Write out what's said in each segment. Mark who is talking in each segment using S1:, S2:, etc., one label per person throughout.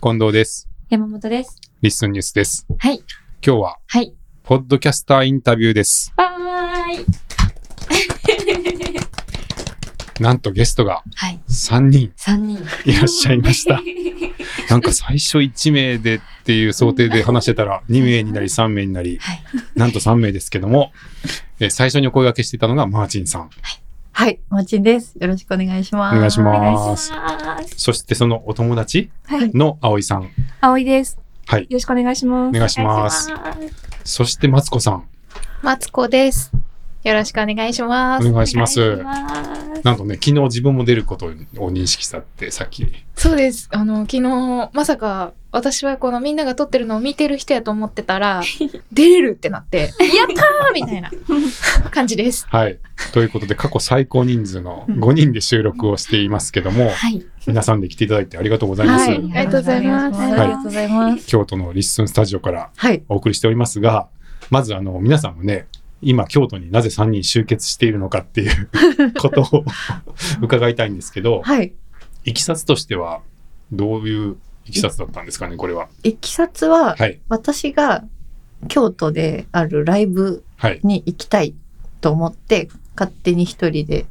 S1: 近藤です。
S2: 山本です。
S1: リスンニュースです。
S2: はい。
S1: 今日は、
S2: はい。
S1: ポッドキャスターインタビューです。
S2: バーイ
S1: なんとゲストが
S2: はい。
S1: 3人
S2: 3人。
S1: いらっしゃいました。
S2: は
S1: なんか最初1名でっていう想定で話してたら、2名になり3名になり、
S2: い。
S1: なんと3名ですけども、えー最初にお声掛けしていたのがマーチンさん。
S3: はい、もちんです。よろしくお願いします。
S1: お願いし
S2: お願い
S1: ま
S2: し
S1: す。
S2: ます。
S1: そしてそのお友達
S3: はい、
S1: の葵さん。
S4: 葵です。
S1: はい
S4: よろしくお願いしま
S1: お
S4: す。
S1: 願いします。
S2: お願いし
S1: そしてマツコさん。
S5: マツコです。よろしくお願いしま
S1: お
S5: す。
S1: 願いしま
S2: お
S1: す。
S2: 願いします
S1: なんとね、昨日自分も出ることを認識したって、さっき。
S5: そうです。あの、昨日、まさか、私はこのみんなが撮ってるのを見てる人やと思ってた ら、出れるってな って、やったーみたいな感じです。
S1: はい。ということで、過去最高人数の5人で収録をしていますけども、
S2: はい。
S1: 皆さんで来ていただいてありがとうございます。
S5: はいありがとうございます
S3: ありがとうございます。
S1: 京都のリッスンスタジオから
S3: はい、
S1: お送りしておりますが、まずあの、皆さんもね、今京都になぜ3人集結しているのかっていうことを伺いたいんですけど、
S3: はい。
S1: いきさつとしてはどういういきさつだったんですかね、これは。
S3: いきさつは、
S1: はい。
S3: 私が京都であるライブ
S1: はい。
S3: に行きたいと思って、勝手に一人で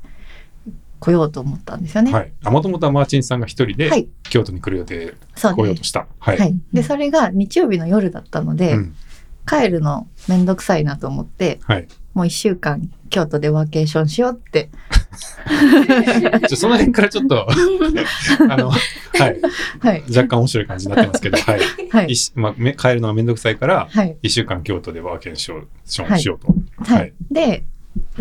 S3: 来ようと思ったんですよね。
S1: はい。あ、もともとはマーチンさんが一人で
S3: はい
S1: 京都に来る予定、
S3: そう
S1: 来よう
S3: で
S1: と
S3: す。
S1: した。はい。
S3: はい。で、それが日曜日の夜だったので、
S1: うん。
S3: 帰るのめんどくさいなと思って、
S1: はい。
S3: もう一週間京都でワーケーションしようって。
S1: じゃあその辺からちょっと、あの、はい。
S3: はい。
S1: 若干面白い感じになってますけど、はい。
S3: はいい。
S1: しまあ、め帰るのがめんどくさいから、
S3: はい。
S1: 1週間京都でワーケーションし
S3: はい
S1: ようと。
S3: はい。
S1: はい
S3: で、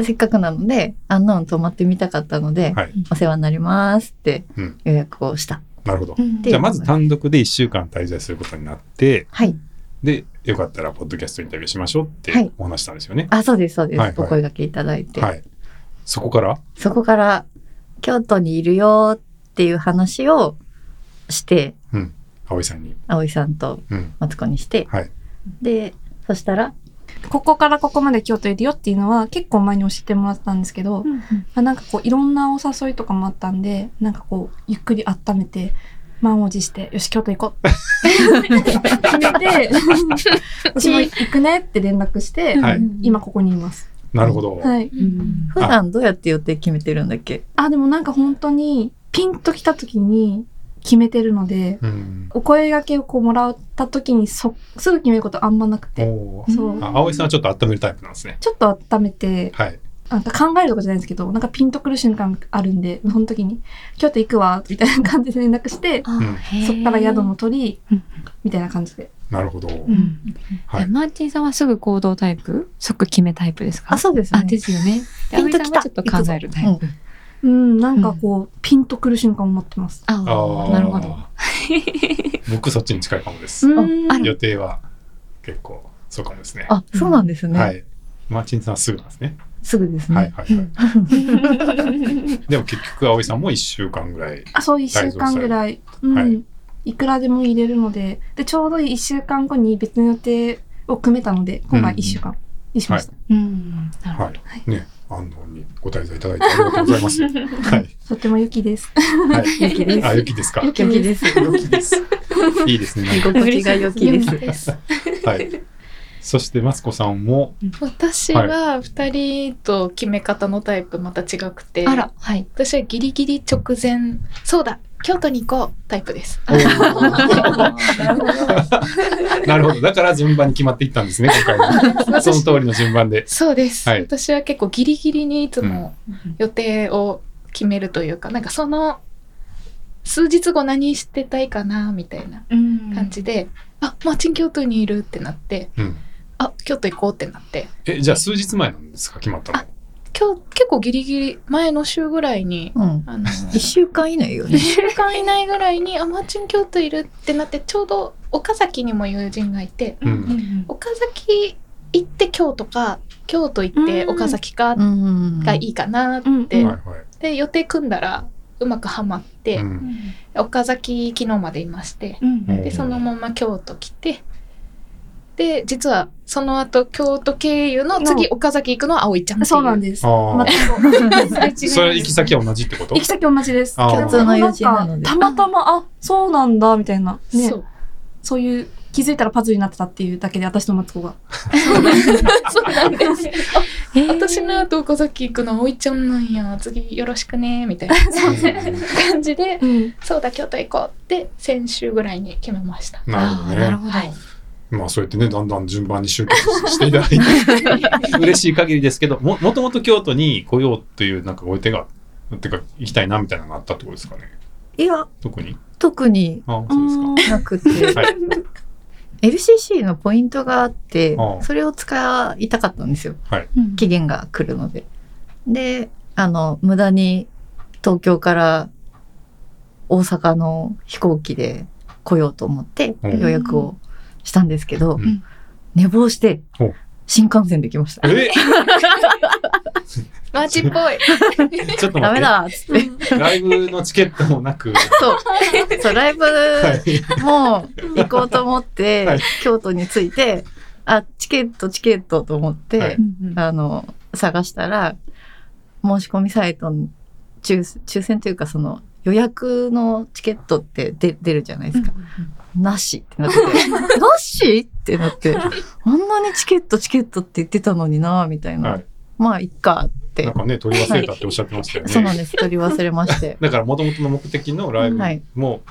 S3: せっかくなので、アンノーン泊まってみたかったので、
S1: はい
S3: お世話になりますって
S1: うん
S3: 予約をした。
S1: なるほど。
S3: で
S1: じゃあまず単独で1週間滞在することになって、
S3: はい。
S1: で、よかったらポッドキャストインタビューしましょうって
S3: はい
S1: お話したんですよね。
S3: あ、そうです、そうです。
S1: はいはい
S3: お声掛けいただいて、
S1: はい。そこから
S3: そこから、京都にいるよっていう話をして、
S1: 葵さんに。
S3: 葵さんと
S1: うん。
S3: マツコにして、
S1: はい。
S3: で、そしたら、
S4: ここからここまで京都いるよっていうのは結構前に教えてもらったんですけど、まあ、なんかこういろんなお誘いとかもあったんで、なんかこうゆっくり温めて、満を持して、よし、京都行こうって決めて、私も行くねって連絡して、
S1: はい
S4: 今ここにいます。
S1: なるほど。
S4: はい。
S2: うん
S3: 普段どうやって予定決めてるんだっけ
S4: あ、でもなんか本当にピンと来た時に決めてるので、
S1: うん。
S4: お声掛けをこうもらった時にそすぐ決めることあんまなくて、
S1: おー
S4: そう。
S1: あ葵さんはちょっと温めるタイプなんですね。
S4: ちょっと温めて、
S1: はい。
S4: なんか考えるとかじゃないんですけど、なんかピンとくる瞬間あるんで、その時に、京都行くわ、みたいな感じで連絡して、
S2: あ
S1: うん
S2: へー
S4: そっから宿も取り
S2: うん、
S4: みたいな感じで。
S1: なるほど。
S2: うん
S1: はい
S2: えマーチンさんはすぐ行動タイプ即決めタイプですか
S3: あ、そうです
S2: あ
S3: ね。
S2: ですよね。で
S3: ピンと
S2: 葵さ
S3: き
S2: ん
S3: た
S2: はちょっと考えるタイプ。
S4: うん、なんかこう、ピンとくる瞬間を持ってます。
S2: あ
S1: あ
S2: あ、
S1: あ。
S2: なるほど。。
S1: 僕そっちに近いかもです。
S4: うん、
S2: あら
S1: 予定は結構そうかもですね。
S3: あ、そうなんですね。
S1: はい。マーチンさんはすぐなんですね。
S3: すぐですね。
S1: はいはい はい。でも結局葵さんも1週間ぐらい。
S4: あそう、一週間ぐらい。うん、
S1: はい
S4: い。くらでも入れるので、で、ちょうど一週間後に別の予定を組めたので、今回一週間にしました。
S2: うん。なるほど。
S1: はい。ね、安納にご滞在いただいてありがとうござい ます。はい。
S4: とっても良きです。
S1: はい。
S3: 良きです
S1: あ、良きですか。
S4: 良
S3: 良きです。
S1: 良きです。いいですね。
S3: 居心地が良きです。
S4: す。
S1: はい。そしてマツコさん も、
S5: 私は2人と決め方のタイプまた違くて、
S2: あら、はい。
S5: 私はギリギリ直前、そうだ、京都に行こうタイプです。
S1: なるほど。だから順番に決まっていったんですね、今回 も。その通りの順番で。
S5: そうです、
S1: はい
S5: 私は結構ギリギリにいつも予定を決めるというか、なんかその数日後何してたいかなみたいな感
S2: 感。
S5: じで、あマーチン京都にいるってなって
S1: うん。
S5: あ京都行こうってなって
S1: え、じゃあ数日前なんですか、決まったの。
S5: 今日結構ギリギリ前の週ぐらいに
S3: うん。
S5: あの
S3: 一週間以内よね
S5: 1。週間以内ぐらいにあマーチン京都いるってなってちょうど岡崎にも友人がいて
S1: う。
S2: うんん
S5: 岡崎行って京都か京都行って岡崎か
S3: うん
S5: がいいかなって、
S4: うん
S1: はいはい。
S5: で予定組んだらうまくはまって、
S1: うん。
S5: 岡崎昨日までいまして
S4: うん
S1: うん
S5: でそのまま京都来てで実はその後京都経由の次岡崎行くのは葵ちゃんっていう
S4: そうなんです。
S1: ああ。
S4: 全 く
S1: それ行き先は同じってこと
S4: 行き先同じです。
S1: あー
S4: けど
S3: 共通の友人なので
S4: んかたまたま、あ、そうなんだ、みたいな。ね
S5: そう
S4: そういう、気づいたらパズルになってたっていうだけで、私とマツコが。
S5: そうなんです
S2: えー
S5: 私の後岡崎行くの葵ちゃんなんや次よろしくねみたいな感じで そうだ京都行こうって先週ぐらいに決めました
S1: うんなるほど
S2: あーな
S1: ね。
S2: るほど。
S5: はい
S1: まあそうやってね、だんだん順番に集結していただいて、嬉しい限りですけど、ももともと京都に来ようというなんかご予定が、てか行きたいなみたいなのがあったってことですかね。
S3: いや
S1: 特に。
S3: 特に
S1: ああ、そうですか。
S3: なくて、
S1: はい
S3: LCC のポイントがあって
S1: ああ
S3: それを使いたかったんですよ
S2: うん
S3: 期限が来るので。であの無駄に東京から大阪の飛行機で来ようと思って
S1: うん
S3: 予約をしたんですけど、
S1: うん
S3: 寝坊して
S1: ほう
S3: 新幹線で来ました。
S1: え
S5: マジっぽい
S1: ちょっと待
S3: ダメ
S1: っ
S3: だっつって。
S1: て。ライブのチケットもな く。
S3: そう。そう、ライブ
S1: はい。
S3: もう行こうと思っ て、
S1: はい
S3: 京都に着いて、あ、チケット、チケットと思って、
S1: はい
S2: うんうん
S3: あの、探したら、申し込みサイトの抽抽選というか、その予約のチケットってで出るじゃないですか。なしってなって て、なしってなって、あんなにチケット、チケットって言ってたのにな、みたいな。
S1: はい
S3: まあ、いっかって。
S1: なんかね、取り忘れたっておっしゃってましたよ
S3: そうなん
S1: ね。
S3: です。取り忘れま して。
S1: だからもともとの目的のライブ
S3: はい
S1: も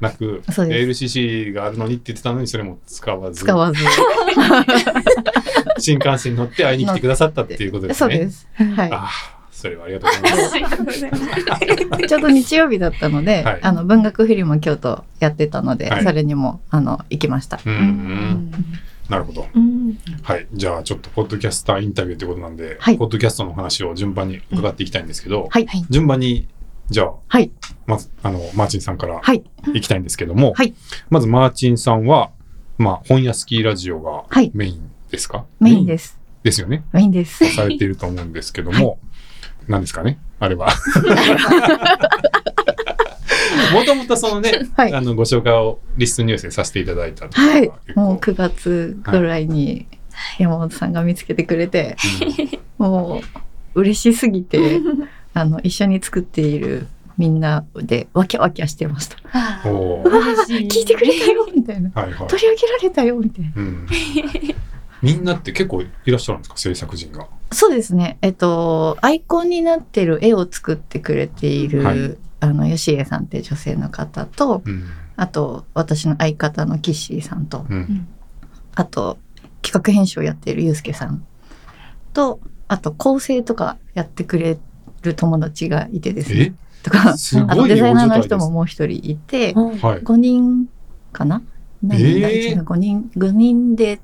S1: なく、
S3: そうで
S1: LCC があるのにって言ってたのにそれも使わず
S3: 使わず。
S1: 新幹線に乗って会いに来てくださったっていうことですね。
S3: そうです。はい。
S1: ああ、それはありがとうございます。
S3: ちょうど日曜日だったので、
S1: はい
S3: あの文学フィルム京都やってたので、
S1: はい
S3: それにもあの行きました。
S1: うん、う、
S2: うんん
S1: なるほど。
S4: うん。
S1: はい、じゃあちょっとポッドキャスターインタビューということなんで、
S3: はい
S1: ポッドキャストのお話を順番に伺っていきたいんですけど、
S3: はい。
S1: 順番にじゃあ、
S3: はい
S1: まずあのマーチンさんから
S3: はい。
S1: いきたいんですけども、
S3: はい
S1: まずマーチンさんは、まあ、本屋スキーラジオが
S3: はい
S1: メインですか、。
S3: メインですす。
S1: ですよね。
S3: メインです。
S1: されていると思うんですけども、何ですかねあれ は。もともとそのね、
S3: はい
S1: あのご紹介をリスト入選させていただいたと
S3: は
S1: いうの
S3: い
S1: が結。構
S3: もう9月ぐらいに山本さんが見つけてくれて、もう嬉しすぎて、あの一緒に作っているみんなでワキャワキャしてました。
S1: うんお
S3: う
S1: ー
S3: わー聞いてくれたよ みたいな。
S1: はいはい
S3: 取り上げられたよみたいな。
S1: うん、みんなって結構いらっしゃるんですか制作陣が。
S3: そうですね。えっと、アイコンになってる絵を作ってくれている、
S1: はい
S3: あの、吉江さんっていう女性の方と、
S1: うん
S3: あと、私の相方のキッシーさんと、
S1: うん
S3: あと、企画編集をやっているユうスケさんと、あと、構成とかやってくれる友達がいてですね。
S1: え
S3: とか、
S1: す
S3: あ
S1: ご
S3: と
S1: い
S3: デザイナーの
S1: 大所帯
S3: 人
S1: で
S3: も
S1: す
S3: もう一人いて、
S1: はい、
S3: 5人かな何人だ、
S1: えー
S3: うちの5人、5人で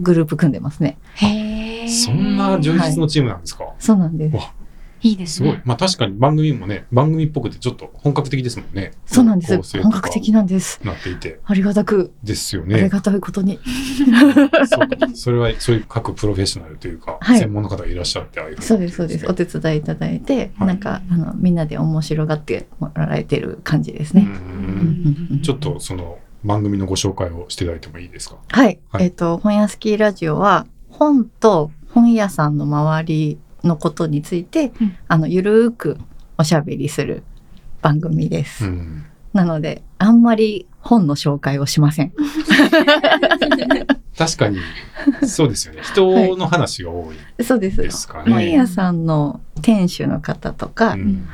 S3: グループ組んでますね。
S2: へえ。
S1: そんな充実のチームなんですか、
S3: そうなんです。
S2: いいです
S1: すご
S2: ね
S1: い。。まあ確かに番組もね、番組っぽくてちょっと本格的ですもんね。
S3: そうなんで
S1: 構成
S3: す。
S1: とか
S3: 本格的なんです。
S1: なっていて。
S3: ありがたく、
S1: ですよ
S3: あり
S1: ね。
S3: がたいことに。
S1: そうかそれはそういう各プロフェッショナルというか、
S3: はい
S1: 専門の方がいらっしゃってああいうふに
S3: そうです、そうです。お手伝いいただいて、
S1: はい
S3: なんか、あの、みんなで面白がってもらえてる感じです
S1: う
S3: ね。うんんうんうん
S1: ちょっとその番組のご紹介をしていただいてもいいですか。
S3: はい。
S1: はい
S3: えっ、と、本屋スキーラジオは、本と本屋さんの周りのことについて、
S2: うん
S3: あの、ゆるーくおしゃべりする番組です。
S1: うん、
S3: なので、あんまり本の紹介をしません。
S1: 確かにそうですよね。人の話が多い
S3: そうです。
S1: ですかね。
S3: 本屋さんの店主の方とか、
S1: う
S2: うんん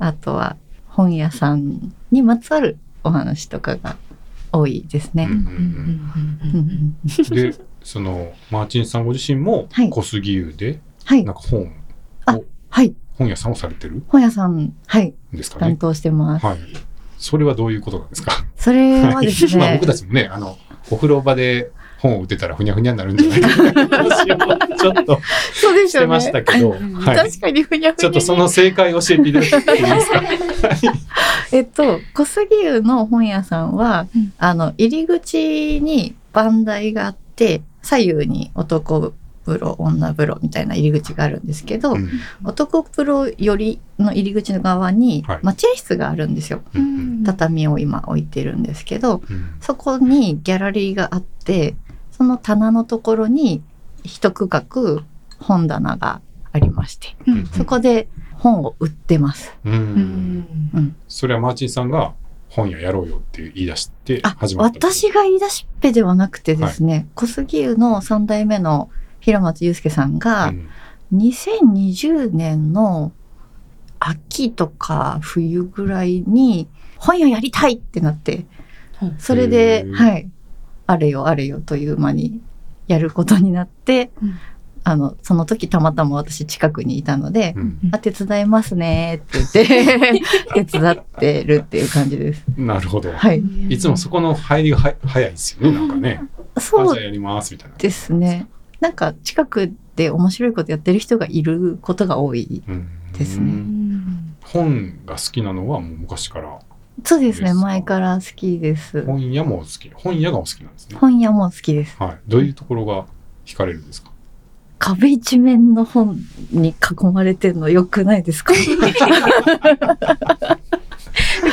S3: あとは本屋さんにまつわるお話とかが多いです
S1: うんう
S3: ね。
S2: うんう
S1: ん
S2: んうん
S3: う
S2: うん
S3: うんん
S1: うんで、 そのマーチンさんご自身も
S3: はい
S1: 小杉湯で
S3: はい
S1: なんか本
S3: はい。
S1: 本屋さんをされてるん
S3: 本屋さん、はい、
S1: ですか
S3: 担
S1: ね。
S3: 当してます。
S1: はい。それはどういうことなんですか。
S3: それはです
S1: まあ
S3: ね
S1: 僕、たちもね、あの、お風呂場で本を打てたらふにゃふにゃになるんじ ゃないかって話をちょっと
S3: そうで
S1: してましたけど、
S2: うん
S1: はい。
S3: かにふにゃふ
S1: ちょっとその正解を教えていただいていいですか。
S3: えっと、小杉湯の本屋さんは、
S2: うん
S3: あの、入り口に番台があって、左右に男風呂、女風呂みたいな入り口があるんですけど、
S1: うん
S3: 男風呂寄りの入り口の側に
S1: はい
S3: 待合室があるんですよ。
S1: うん
S3: 畳を今置いてるんですけど、
S1: うん
S3: そこにギャラリーがあって、その棚のところに一区画本棚がありまして、
S1: うん
S3: そこで本を売ってます。
S1: うん
S3: うん
S1: それはマーチンさんが本屋やろうよって言い出して
S3: あ
S1: 始、まった。
S3: 私が言い出しっぺではなくてですね、小杉湯の3代目の平松祐介さん
S1: う
S3: が、
S1: ん
S3: 2020年の秋とか冬ぐらいに本屋やりたいってなって、それ
S1: へ
S3: で
S1: ー、
S3: はい、あれよあれよという間にやることになって、
S4: うん
S3: あの、その時たまたま私近くにいたので、
S1: うん
S3: あ、手伝いますねって 言って、手伝ってるっていう感じです。
S1: なるほど。
S3: はい。
S1: いつもそこの入りがは早いですよね、なんかね。あ、
S3: そ
S1: じゃあ
S3: う
S1: やりますみたいな。
S3: ですね。なんか近くで面白いことやってる人がいることが多い。
S1: うん
S3: ですね
S1: 本が好きなのはもう昔から
S3: そうです
S1: で
S3: ね。
S1: すか
S3: 前から好きです。
S1: 本屋も好き本屋がお好きなんですね、
S3: 本屋も好きです。
S1: はい、どういうところが惹かれるんですか
S3: 壁一面の本に囲まれてるの良くないです か
S2: ウ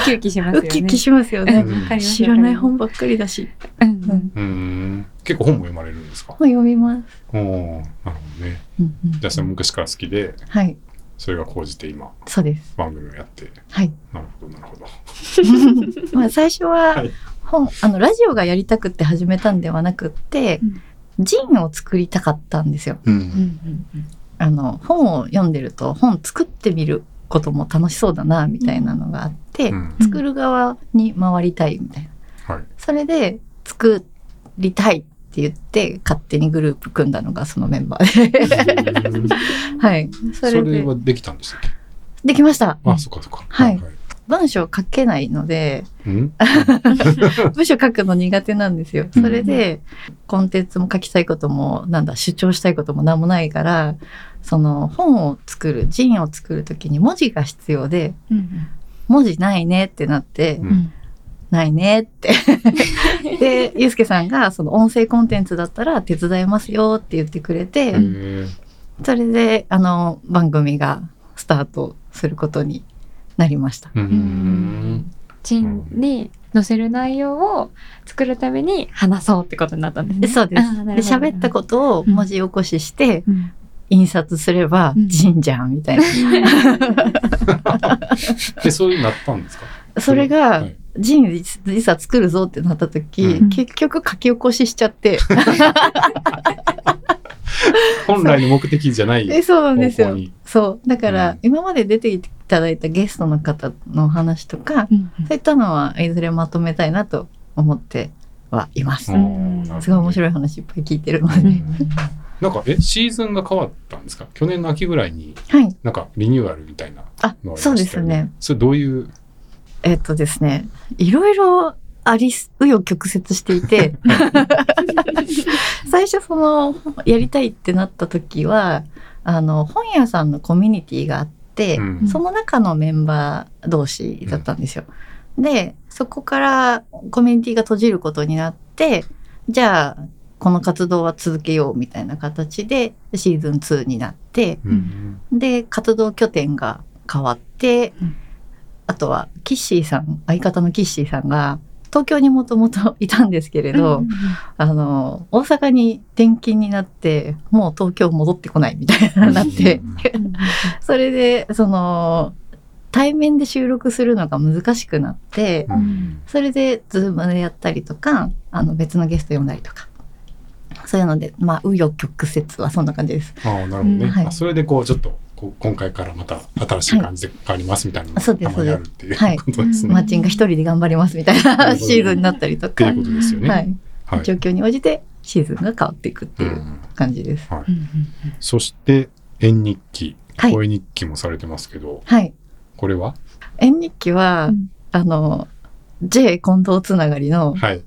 S2: キウキしますよ
S3: ウ
S2: ね。
S3: キウキしますよ
S2: うんわ
S3: ね。
S2: かります
S3: 知らない本ばっかりだし。
S2: うんうん
S1: うん結構本も読まれるんですか
S3: 本読みます。
S1: おおなるほどね
S3: うんうん
S1: じゃあそれ昔から好きで
S3: はい。
S1: それが高じて今
S3: そうです。
S1: 番組をやって
S3: はい。
S1: なるほどなるほど
S3: まあ最初は
S1: はい
S3: 本、あの、ラジオがやりたくって始めたんではなくって、ジンを作りたかったんですよ。
S1: う
S5: うんん
S3: あの、本を読んでると、本作ってみることも楽しそうだな、みたいなのがあって、
S1: うん
S3: 作る側に回りたいみたいな。
S1: はい
S3: それで、作りたいって言って、勝手にグループ組んだの がそのメン バーで。はい。そ
S1: そ
S3: れ
S1: れ
S3: で、
S1: はできたんでしたっけ
S3: できました。
S1: あそっかそっか
S3: はい
S1: はい
S3: 文章書けない ので、
S1: うん
S3: 文章書くの苦手なんですよ。それで、コンテンツも書きたいことも、なんだ、主張したいこともなんもないから、その本を作る、ジンを作るときに文字が必要で、
S5: うん
S3: 文字ないねってなって、
S1: うん
S3: ないね って。で、ゆうすけさんが、その音声コンテンツだったら手伝いますよって言ってくれて、
S1: へー
S3: それで、あの、番組がスタートすることになりました。
S1: うん
S2: チンに載せる内容を作るために話そうってことになったんです
S3: で
S2: ね。
S3: そうで
S2: あー
S3: す。
S2: な
S3: で、
S2: るほど
S3: 喋ったことを文字起こしして、
S2: うん
S3: 印刷すれば
S5: うん
S3: 神社みたいな、
S1: でそういうになったんですか
S3: それ
S1: う
S3: が
S1: ん
S3: 神社実際作るぞってなった時、
S1: うん
S3: 結局書き起こししちゃって、
S1: 本来の目的じゃない
S3: えそうなんです
S1: 方
S3: よ
S1: 向に
S3: そうだか
S1: う
S3: ら
S1: ん
S3: 今まで出ていただいたゲストの方のお話とか、
S5: うん
S3: そういったのはいずれまとめたいなと思ってはいます、
S1: あーなるほど
S3: すごい面白い話いっぱい聞いてるので、
S1: なんかえシーズンが変わったんですか去年の秋ぐらいに
S3: はい
S1: なんかリニューアルみたいなの
S3: あ
S1: ありました
S3: そ
S1: よ
S3: うですね
S1: それどういう
S3: えっとですねいろいろありす紆余曲折していて 最初そのやりたいってなった時はあの本屋さんのコミュニティがあって、
S1: うん
S3: その中のメンバー同士だったんですよ。で、そこからコミュニティが閉じることになって、じゃあ、この活動は続けようみたいな形でシーズン2になって、
S1: うん
S3: で、活動拠点が変わって、あとはキッシーさん、相方のキッシーさんが、東京にもともといたんですけれど、あの、大阪に転勤になって、もう東京戻ってこないみたい ななって、それで、その、対面で収録するのが難しくなって、
S1: うん
S3: それで、ズームでやったりとか、あの、別のゲスト呼んだりとか、そういうので、まあ、紆余曲折はそんな感じです。
S1: ああなるほどね、
S3: うんはい
S1: あそれでこうちょっとこう今回からまた新しい感じで変わりますみたいなの
S3: はいそうで
S1: た
S3: す
S1: まにあるっていう
S3: そうです
S1: ことですね、
S3: マッチンが一人で頑張りますみたい
S1: なる
S3: な
S1: ほど
S3: シーズンになったりと
S1: ってい
S3: か
S1: う、ことですよね、
S3: はい、
S1: はい
S3: 状況に応じてシーズンが変わっていくって
S1: う
S3: いうん感じです。
S1: そして縁日記
S3: はい
S1: 声日記もされてますけど、
S3: はい。
S1: これは
S3: 縁日記は、
S5: うん
S3: あの、J 近藤つながりの
S1: はい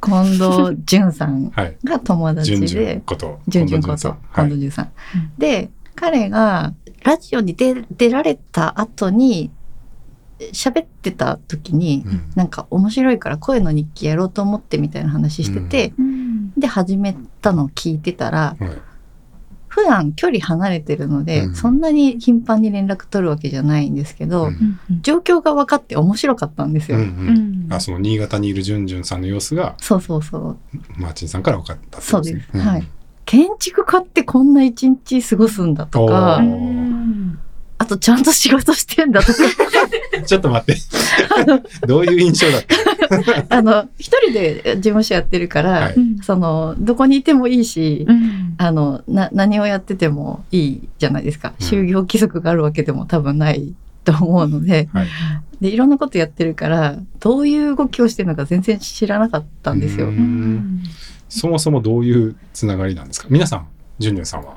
S3: 近藤淳さん
S1: はい
S3: が友達
S1: 順
S3: で、
S1: 々こと
S3: 順々
S1: 近藤
S3: こ
S1: 淳さ
S3: と
S1: んは
S3: 近
S1: い
S3: 藤淳さん。で彼がラジオに出出られた後に喋ってた時に、
S1: うん
S3: なんか面白いから声の日記やろうと思ってみたいな話してて、で始めたのを聞いてたら
S1: はい
S3: 普段距離離れてるので、
S1: うん
S3: そんなに頻繁に連絡取るわけじゃないんですけ
S1: う
S3: ど、
S1: ん
S3: 状況が分かって面白かったんです
S1: う
S3: よ。
S1: んうん
S2: ん
S1: あその新潟にいるじゅんじゅんさんの様子が
S3: そうそうそう。
S1: マーチンさんから分かったってことね
S3: そうですはい建築家ってこんな一日過ごすんだと
S1: お
S3: か
S1: ー、
S3: あとちゃんと仕事してんだ とか、
S1: うん ちょっと待 って。どういう印象だった
S3: あの、一人で事務所やってるから、
S1: はい
S3: その、どこにいてもいいし、あの、な、何をやっててもいいじゃないですか。
S1: うん
S3: 就業規則があるわけでも多分ないと思うので、
S1: はい
S3: で、いろんなことやってるから、どういう動きをしてるのか全然知らなかったんですよ
S1: う。んそもそもどういうつながりなんですか皆さん、じゅんじゅんさんは
S4: は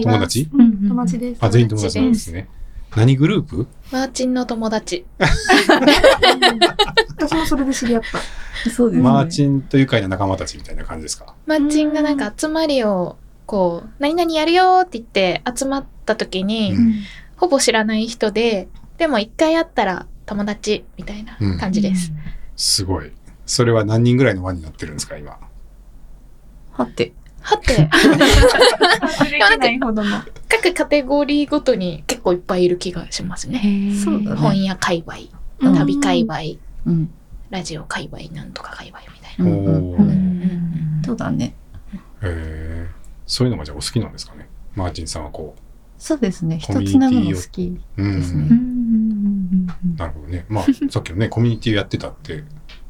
S1: 友達
S2: うんうん
S4: 友達です。
S1: あ、全員友達なんですね。何グループ
S5: マーチンの友達。
S4: 私もそれで知り合った。
S3: そうですね。
S1: マーチンという会の仲間たちみたいな感じですか
S5: マーチンがなんか集まりを、こう、何々やるよって言って集まった時に、
S1: うん
S5: ほぼ知らない人で、でも一回会ったら友達みたいな感じです。
S1: すごい。それは何人ぐらいの輪になってるんですか今。
S3: はて。
S5: はて、
S4: 忘れないほどの。
S5: 各カテゴリーごとに結構いっぱいいる気がしますね。
S2: へー
S3: そうだね
S5: 本屋界隈、
S3: うん
S5: 旅界隈、
S3: うん。
S5: ラジオ界隈、なんとか界隈みたい
S3: うんうん
S1: お
S3: う
S1: ー
S3: ん
S5: な。
S3: そうだね。
S1: へーそういうのがじゃあお好きなんですかねマーチンさんはこ
S3: そうですね。
S1: コミュ
S3: 一
S1: ニ
S3: つ
S1: ティをう。
S3: なむの好き。
S1: うん
S3: ですね
S2: うんうんうん
S1: なるほどね。まあ、 さっきのね、コミュニティやってたって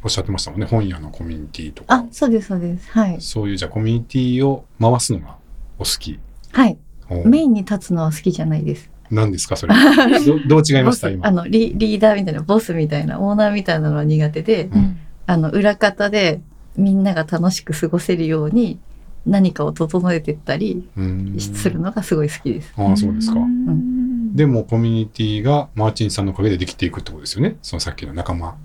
S1: おっしゃってましたもんね。本屋のコミュニティとか
S3: あ。、そうです、そうです。はい。
S1: そういうじゃあコミュニティを回すのがお好き。
S3: はい。
S1: お
S3: メインに立つのは好きじゃないです。
S1: 何ですか それ。どどう違いました
S3: ボスあ
S1: 今。
S3: のリ、リーダーみたいな、ボスみたいな、オーナーみたいなのは苦手で、
S1: うん
S3: あの、裏方でみんなが楽しく過ごせるように何かを整えてったり
S1: うん
S3: するのがすごい好きです。
S1: ああ、そうですか
S2: う。ん
S1: でもコミュニティがマーチンさんのおかげでできていくってことですよね。そのさっきの仲間、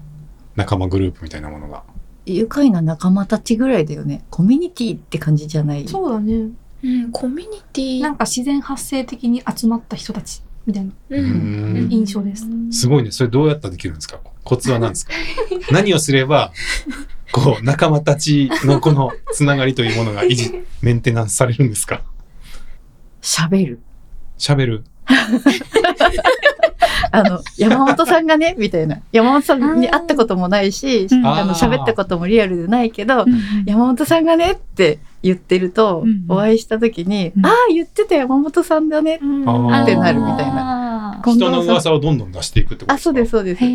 S1: 仲間グループみたいなものが。
S3: 愉快な仲間たちぐらいだよね。コミュニティって感じじゃない。
S4: そうだね。
S5: うん、コミュニティ
S4: なんか自然発生的に集まった人たちみたいな
S5: う
S1: うんん
S4: 印象です。
S1: すごいね。それどうやったらできるんですかコツは何ですか何をすれば、こう、仲間たちのこのつながりというものが維持、メンテナンスされるんですか
S3: 喋る。
S1: 喋る。
S3: あの、山本さん がね、みたいな。山本さんに会ったこともないし、
S2: うん
S3: あの、
S1: あー
S3: 喋ったこともリアルでないけど、
S2: うん
S3: 山本さんがねって言ってると、
S2: うん
S3: お会いした時に、
S2: うん
S3: ああ、言ってた山本さんだね。
S1: あー
S3: ってなるみたい
S2: な
S3: 近藤
S1: 人の
S3: さん
S1: 噂をどんどん出していくってこと
S3: あ、そうです、そうです。
S1: へ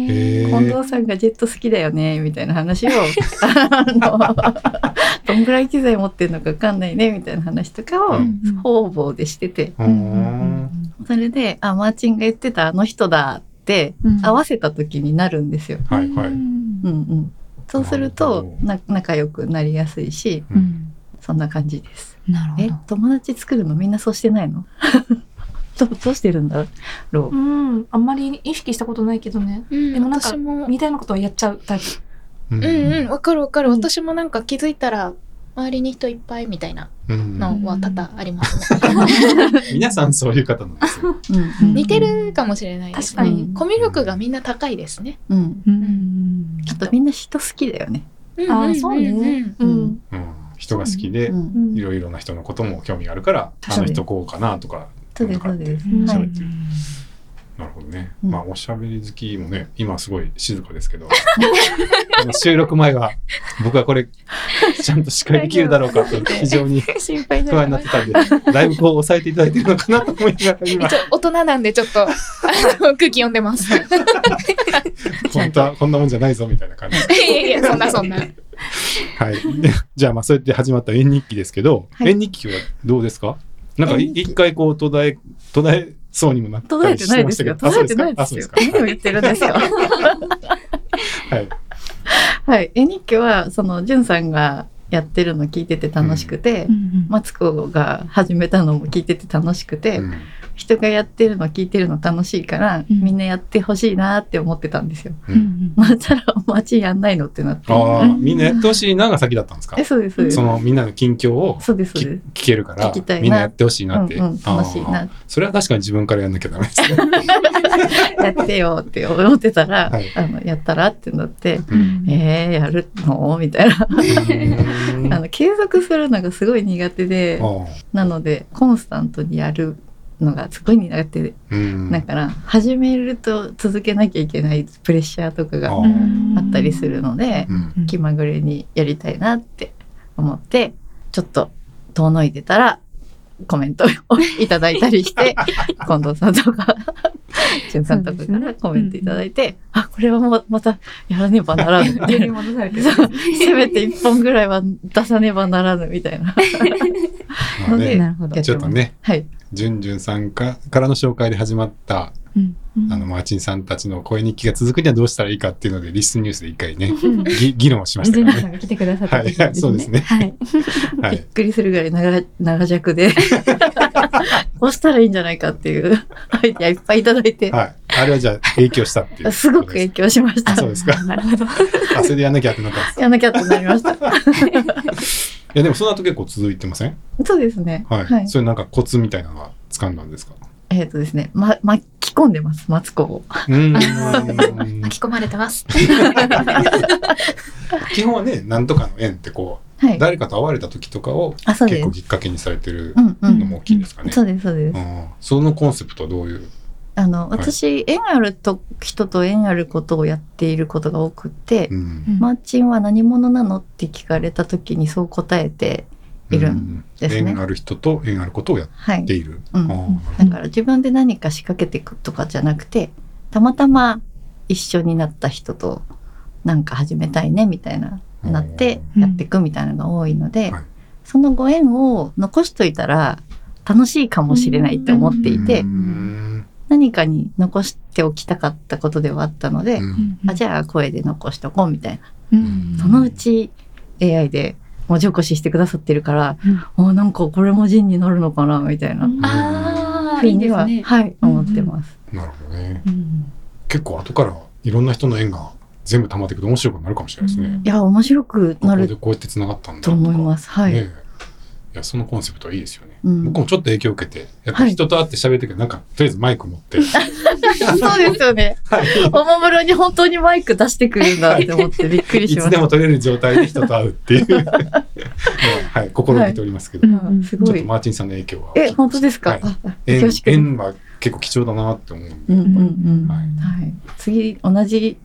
S1: ー
S3: 近藤さんがジェット好きだよねみたいな話 をあのどんぐらい機材持ってるのか分かんないねみたいな話とかを
S1: うん
S3: 方々でしてて
S1: うーん
S3: それであマーチンが言ってたあの人だって合わせた時になるんですよ。
S1: はいはい。
S3: うんうん、そうするとな仲良くなりやすいし
S1: うん
S3: そんな感じです。
S2: なるほ
S3: え
S2: ど
S3: 友達作るのみんなそうしてない のどどうしてるんだろ
S4: うん、あんまり意識したことないけどね。
S5: うん、
S4: でもなんか
S5: 私も、
S4: みたいなことはやっちゃうタイプ。
S1: うん
S5: うんうん、わかるわかる。
S4: うん
S5: 私もなんか気づいたら、周りに人いっぱいみたいな
S1: うん
S5: のは多々ありますね。
S1: 皆さんそういう方なんですよ。
S3: う、うんうん
S5: 似てるかもしれないです、ね。
S4: 確かに
S5: コミュ力がみんな高いですね。
S3: うん、
S2: うん
S3: あとみんな人好きだよね。
S5: うん
S4: あーそうね
S5: んん
S4: う
S3: うんん。
S1: うん人が好きで
S3: う、ん
S4: うん
S1: いろいろな人のことも興味があるから、あ
S3: 確か
S1: の
S3: に
S1: 人こうかなとか、
S3: そうです、そうです。
S2: うん
S3: はい。
S1: なるほどね。
S3: うん
S1: まあ、おしゃべり好きもね、今すごい静かですけ ど、あの収録前は、僕はこれ、ちゃんと司会できるだろうかと、非常に
S5: 心配
S1: 不安になってたんで、だいぶこう抑えていただいてるのかなと思いながら、今
S5: 一、応大人なんでちょ っとあの空気読んでます。い
S1: 本当はこんなもんじゃないぞみたいな感じ で。
S5: やいやそんなそんな。
S1: はい。でじゃあ、まあ、そうやって始まった縁日記ですけど、
S3: はい
S1: 縁日記はどうですかなんか、い
S3: 縁日記
S1: 一回こう、途絶え、途絶えそうにもなった
S3: 届い
S1: り
S3: て
S1: し
S3: な
S1: て
S3: い
S1: ま
S3: で
S1: した
S3: す
S1: け
S3: よ。
S1: ど、
S3: 届いてないです
S1: あそう。
S3: よ
S1: です
S3: 何を
S1: か
S3: 言ってるんで すよ。
S1: はい。
S3: はい。絵日記は、その、じゅんさんがやってるの聞いてて楽しくて、マツコが始めたのも聞いてて楽しくて、
S1: うん
S3: 人がやってるの聞いてるの楽しいから、
S2: うん
S3: みんなやってほしいなって思ってたんですよ。
S1: う
S2: うんん
S3: またらお待ちやんないのってなって。
S1: ああ、
S2: うん
S1: みんなやってほしいなが先だったんですか
S3: え、そうです、そうです。
S1: そのみんなの近況を
S3: そうです、そ
S1: き
S3: うです。
S1: 聞けるから
S3: 聞きたいな
S1: みんなやってほしいなって、
S3: うんうん、楽しい
S1: あ
S3: な
S1: ー。それは確かに自分からやんなきゃダメですね、
S3: やってよって思ってたら、
S1: はい
S3: あのやったらってなって、
S1: うん
S3: えー、やるのみたいな。
S1: うん
S3: あの継続するのがすごい苦手で、
S1: あ
S3: なのでコンスタントにやるのがすごい苦手で、
S1: ーうん
S3: だから始めると続けなきゃいけないプレッシャーとか
S1: あ
S3: が
S1: ー
S3: あったりするので、
S1: うん
S2: うん
S3: 気まぐれにやりたいなって思ってちょっと遠のいてたらコメントをいただいたり して近藤さんとか潤さんとかからコメントいただいて、あこれはもうまたやらねばならぬって
S4: 戻されてる
S3: そうせめて一本ぐらいは出さねばならぬみたいな。
S1: まあ
S3: ので
S1: ね
S2: なるほど
S3: や。
S1: ちょっとね
S3: はい、
S1: じゅんじゅんさんかからの紹介で始まった
S2: うん
S1: あのマーチンさんたちの声日記が続くにはどうしたらいいかっていうのでリスニュースで一回ねぎ議論をしました
S2: ジェ
S1: から
S2: ニーさ
S1: ね。
S2: んが来てくださった
S1: はいそうですね
S2: はい。
S1: は
S3: びっ
S1: い、
S3: くりするぐらい長長 尺でこうしたらいいんじゃないかっていうアイデアいっぱいいただいて、
S1: はい、あれはじゃあ影響したっていう。
S3: すごく影響しました
S1: あ。そうですか。
S2: なるほど。
S1: あそれでやんなきゃってなったんです。
S3: やんなきゃってなりました。
S1: いやでもその後結構続いてません。
S3: そうですね。
S1: はい。それなんかコツみたいなのは掴んだんですか。
S3: えっ、とですね、ま、巻き込んでます、マツコを。
S1: うーん
S5: 巻き込まれて ます。
S1: 基本はね、なんとかの縁ってこ
S3: は
S1: う
S3: い。
S1: 誰かと会われた時とかを
S3: あ、そうで
S1: 結
S3: す
S1: 構。きっかけにされてる
S3: うんう
S1: の
S3: ん。
S1: も大きいんですかね。
S3: そうです、そうです。
S1: うんそのコンセプトはどういう。
S3: あの、
S1: はい
S3: 私、縁あると人と縁あることをやっていることが多くて、
S1: うん
S3: マーチンは何者なのって聞かれた時にそう答えている
S1: うんん
S3: ですね
S1: 縁ある人と縁あることをやっ
S3: はい
S1: て。いる。
S3: う
S1: あ
S3: ん。だから自分で何か仕掛けていくとかじゃなくて、たまたま一緒になった人となんか始めたいねみたいな
S1: ー
S3: なって
S2: うん
S3: やっていくみたいなのが多いので、
S1: はい
S3: そのご縁を残しといたら楽しいかもしれないって思っていて、
S1: うーん
S3: 何かに残しておきたかったことではあったので、
S1: うん
S3: あじゃあ声で残しとこうみたいな、
S2: うん
S3: そのうち AI で文字起こししてくださってるから、
S2: う
S3: おなんかこれも人になるのかなみたいな、
S4: うん
S5: ああ、
S3: ふう
S5: いいで
S3: に
S5: す
S3: は
S5: ね。
S3: はい思ってます。
S1: なるほどね。
S2: うん
S1: 結構後からいろんな人の縁が全部溜まっていくと面白くなるかもしれないですね。
S3: いや面白く
S1: こ
S3: な
S1: こ
S3: る
S1: でこうやって繋がったんだ
S3: と思います。はい、
S1: ねえいやそのコンセプトはいいですよね。
S3: うん
S1: 僕もちょっと影響を受けて、やっぱり人と会って喋るときは、なんか、とりあえずマイク持 って、
S3: そうですよね。おもむろに本当にマイク出してくるんだって思ってびっくり
S1: い
S3: しま
S1: つ
S3: し
S1: で
S3: た。
S1: も取れる状態で人と会うっていう のは、はい、心がけておりますけど、
S2: はい
S3: うんす
S1: ちょ
S3: ご
S1: っと
S3: い。
S1: マーチンさんの影響は。
S3: え、本当ですか。
S1: はい
S3: ああ恐
S1: 縁
S3: 縮です
S1: 縁は結構貴重だなって思うんで。
S3: うんうんうん。
S1: はい
S3: はい。次同じ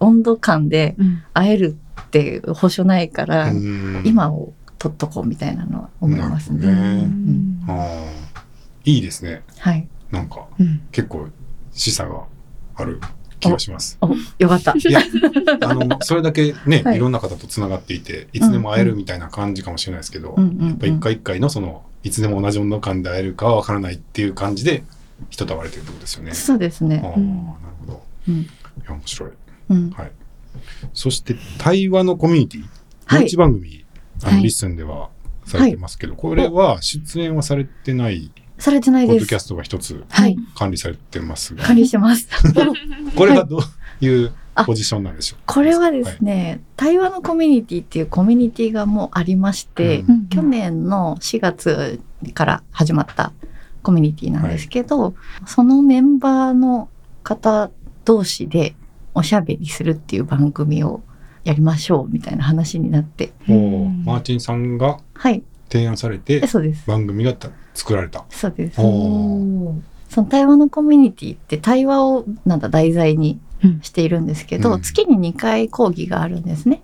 S3: 温度感で
S2: うん
S3: 会えるって保証ないから、
S1: うん
S3: 今を取っとこうみたいなのは思います
S1: なる
S3: ね。
S1: ほどね
S2: うん
S1: あーいいですね。
S3: はい。
S1: なんか、
S2: うん
S1: 結構、示唆がある気がします。
S3: お、よかった。
S1: いや、あの、それだけね、
S3: はい
S1: い、ろんな方とつながっていて、いつでも会えるみたいな感じかもしれないですけど、
S3: うんうん
S1: やっぱ一回一回のその、いつでも同じ温度感で会えるかは分からないっていう感じで、人と会われてるってことですよね。
S3: そうです
S1: あ
S3: ね。
S1: あ、なるほど。
S3: うん
S1: いや、面白い。
S3: うん。
S1: そして、対話のコミュニティ、
S3: は
S1: マ
S3: い
S1: ルチ番組、あの、
S2: はい
S1: リッスンではされてますけど、これは出演はされてない、
S3: されてない
S1: ポッ
S3: で
S1: ドキャ
S3: す。
S1: ストが一つ
S3: はい。
S1: 管理されてますが、
S3: 管理し てます。
S1: これはどういうポジションなんでしょうか
S3: これはですね、対話のコミュニティっていうコミュニティがもうありまして、
S1: うん
S3: 去年の4月から始まったコミュニティなんですけど、そのメンバーの方同士でおしゃべりするっていう番組をやりましょうみたいな話になって、
S1: おーマーチンさんが
S3: はい、
S1: 提案されて
S3: え、そうです。
S1: 番組がた作られた。
S3: そうです。
S1: お
S3: その対話のコミュニティって対話をなんだ題材にしているんですけど、
S1: うん
S3: 月に2回講義があるんですね。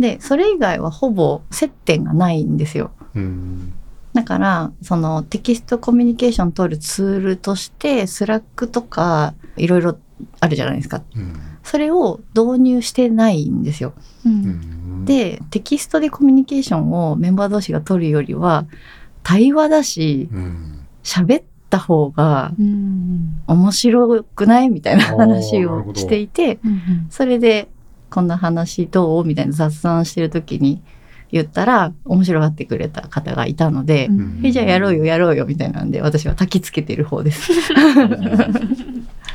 S3: で、それ以外はほぼ接点がないんですよ。
S1: うん。
S3: だからそのテキストコミュニケーション取るツールとしてスラックとかいろいろあるじゃないですか
S1: うん
S3: それを導入してないんですよ。
S1: うん、
S3: でテキストでコミュニケーションをメンバー同士が取るよりは対話だし
S1: うん、
S3: 喋った方が
S2: うん
S3: 面白くないみたいな
S1: あー
S3: 話
S1: なるほ
S3: を
S1: ど
S3: していて
S2: うん
S3: それでこんな話どうみたいな雑談してる時に言ったら面白がってくれた方がいたので、
S1: ん
S3: えじゃあやろうよやろうよみたいなんで私は焚きつけてる方です。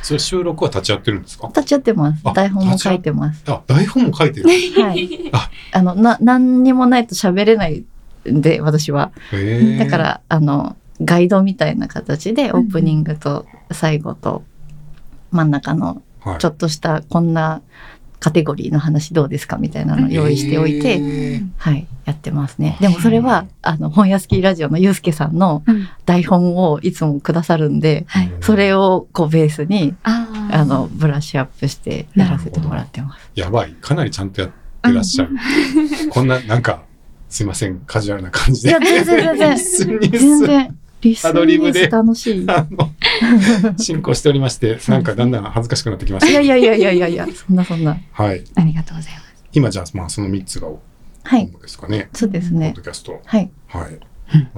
S1: それ収録は立ち会ってるんですか
S3: 立ち会ってます
S1: あ。
S3: 台本も書いてます。
S1: あ、台本も書いてる。
S3: はい
S1: あ。
S3: あのな何にもないと喋れないんで私は。
S1: へー
S3: だか、らあのガイドみたいな形でオープニングと最後と真ん中の
S1: はい
S3: ちょっとしたこんなカテゴリーの話どうですかみたいなのを用意しておいて、
S1: へー
S3: はい、やってますね。でもそれは、あの、本屋好きラジオのゆうすけさんの
S2: うん
S3: 台本をいつもくださるんで、
S2: はい。
S3: それをこうベースに、
S2: あー
S3: あの、ブラッシュアップしてやらせてもらってます。
S1: やばい。かなりちゃんとやってらっしゃる。こんな、なんか、すいません。カジュアルな感じ
S3: い
S1: で
S3: や、。全然全
S1: リ
S3: 然、
S1: スニ
S3: 全
S1: ス
S3: 然、リス
S1: アドリブ
S3: ニ
S1: で
S3: ス楽しい。
S1: あの、進行しておりまして、なんかだんだん恥ずかしくなってきました。
S3: いやいやいやいやいやいや、そんなそんな。
S1: はい。
S2: ありがとうございます。
S1: 今じゃあ、まあ、その3つが主
S3: はい、
S1: ですかね。
S3: そうです
S1: ポッ
S3: ね。
S1: ドキャスト。
S3: はい。
S1: はい。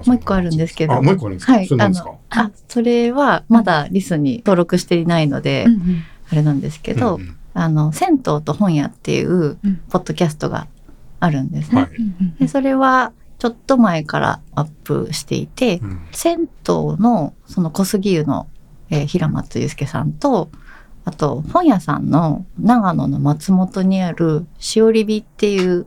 S3: もう一個あるんですけど
S1: あ、もう一個あるんですか。
S3: はい
S1: それ何ですか。
S3: あ、それはまだリスに登録していないので、
S2: うん
S3: あれなんですけど、
S1: うんうん
S3: あの、銭湯と本屋っていう
S2: うん
S3: ポッドキャストがあるんですね。
S1: はい。
S2: うんうん
S3: でそれはちょっと前からアップしていて
S1: うん
S3: 銭湯のその小杉湯の、えー平松祐介さんとあと本屋さんの長野の松本にあるしおりびっていう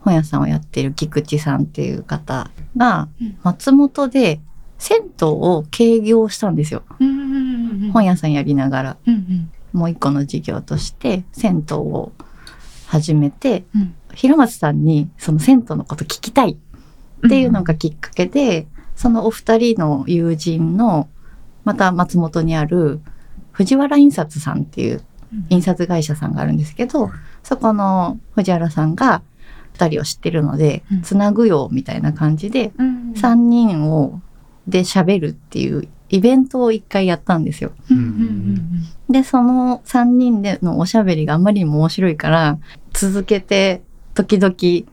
S3: 本屋さんをやっている菊池さんっていう方が
S2: うん
S3: 松本で銭湯を経業したんですよ
S2: うん
S3: 本屋さんやりながら
S2: うんうん
S3: もう一個の事業として銭湯を始めて、
S2: うん
S3: 平松さんにその銭湯のこと聞きたいっていうのがきっかけで、そのお二人の友人のまた松本にある藤原印刷さんっていう印刷会社さんがあるんですけ
S1: は
S3: ど、
S1: い
S3: そこの藤原さんが二人を知ってるので、
S2: うん
S3: つなぐよみたいな感じで、
S2: うん
S3: 三人をで喋るっていうイベントを一回やったんですよ。
S2: うんうんうん
S3: で、その3人でのおしゃべりがあまりにも面白いから、続けて、時々、近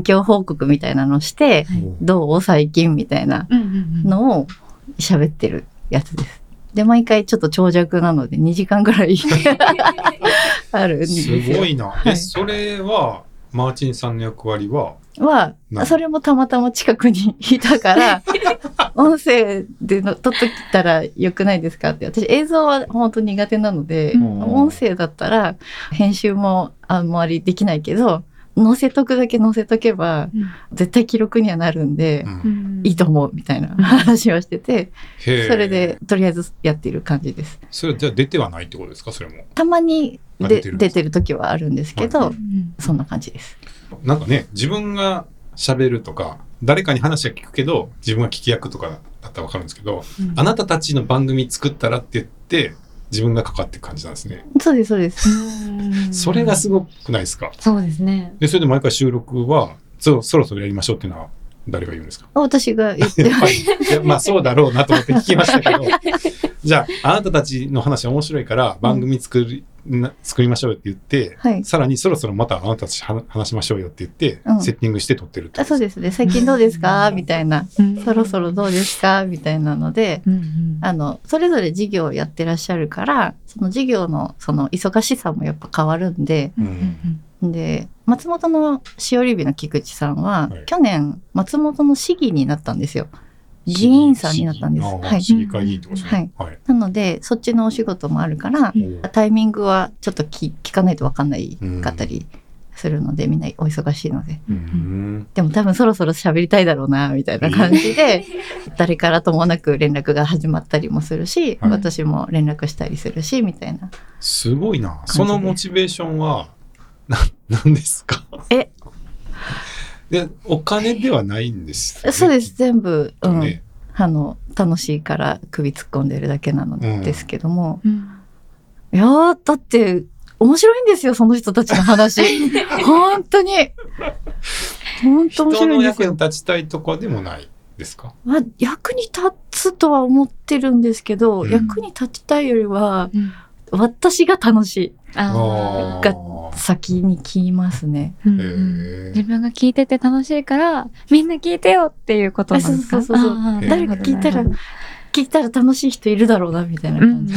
S3: 況報告みたいなのして、どう最近みたいな
S2: うんうんうんうん
S3: のを喋ってるやつです。で、毎回ちょっと長尺なので、2時間ぐ らいあるんです
S1: す
S3: よ。
S1: ごいな。
S3: は
S1: え、
S3: い
S1: それは、マーチンさんの役割は、
S3: は
S1: な、
S3: それもたまたま近くにい たから、音声での撮っときたらよくないですかって。私映像は本当苦手なので、
S1: うん
S3: 音声だったら編集もあんまりできないけど、載せとくだけ載せとけば、絶対記録にはなるんで
S1: う、ん
S2: うん
S3: いいと思うみたいな話をしてて、
S1: へー
S3: それでとりあえずやってる感じです。
S1: それじゃあ出てはないってことですかそれも
S3: たまに
S1: あ
S3: で
S1: 出てるんで
S3: 出
S1: す
S3: てる時はあるんですけど、
S1: は
S2: うん
S3: そんな感じです。
S1: なんかね自分が喋るとか誰かに話は聞くけど自分は聞き役とかだったら分かるんですけど、
S2: うん
S1: あなたたちの番組作ったらって言って自分がかかっていく感じなんですね、
S3: そうです、そうです。
S2: うん
S1: それがすごくないですか
S2: そうですね。
S1: でそれで毎回収録はそそろそろやりましょうっていうのは誰が言うんですか
S3: 私が言って
S1: や っぱりいやまあそうだろうなと思って聞きましたけ どじゃああなたたちの話は面白いから番組作り、な作りましょうって言って、
S3: はい
S1: さらにそろそろまたあなたたちは話しましょうよって言って、
S3: うん
S1: セッティングして撮ってるって
S3: あ
S1: こと
S3: そう
S1: です
S3: ですね最近どうですかみたいなそろそろどうですかみたいなので
S2: うんうん
S3: あのそれぞれ事業をやってらっしゃるからその事業のその忙しさもやっぱ変わるんで
S1: うん
S3: で松本のしおり日の菊池さんは、
S1: はい
S3: 去年松本の市議になったんですよ議
S1: 議
S3: 員さんになったんです。
S1: あー
S3: はい
S1: 市議会議員ってことですね。はい。
S3: なのでそっちのお仕事もあるからタイミングはちょっとき聞かないと分かんないかったりするので、みんなお忙しいので
S1: うん
S3: でも多分そろそろ喋りたいだろうな、みたいな感じで、誰からともなく連絡が始まったりもするし、
S1: はい
S3: 私も連絡したりするし、みたいな。
S1: すごいな。そのモチベーションは、な、なんですか
S3: え
S1: で、お金ではないんです、
S3: そうです、。全部、う、
S1: うんん。
S3: あの、楽しいから首突っ込んでるだけなの
S1: うん
S3: ですけども。
S2: うん
S3: いやー、だって、面白いんですよ、その人たちの話。本当に。本当面
S1: 人
S3: 白いん
S1: の
S3: です
S1: 役に
S3: よ。
S1: 立ちたいとかでもないですか
S3: まあ、役に立つとは思ってるんですけど、
S1: うん
S3: 役に立ちたいよりは、
S2: うん
S3: 私が楽しい。
S1: あ
S2: あ
S3: が
S1: ー
S3: 先に聞きますね。
S2: ーうん
S1: へ
S2: うん
S1: ー
S2: 自分が聞いてて楽しいからみんな聞いてよっていうことなんです
S3: あ
S2: か
S3: そうそうそうそう
S2: あー
S1: 誰か
S3: 聞いた
S2: な
S3: ら
S2: るほど
S3: 聞いたら楽しい人いるだろうなみたいな
S2: うんうん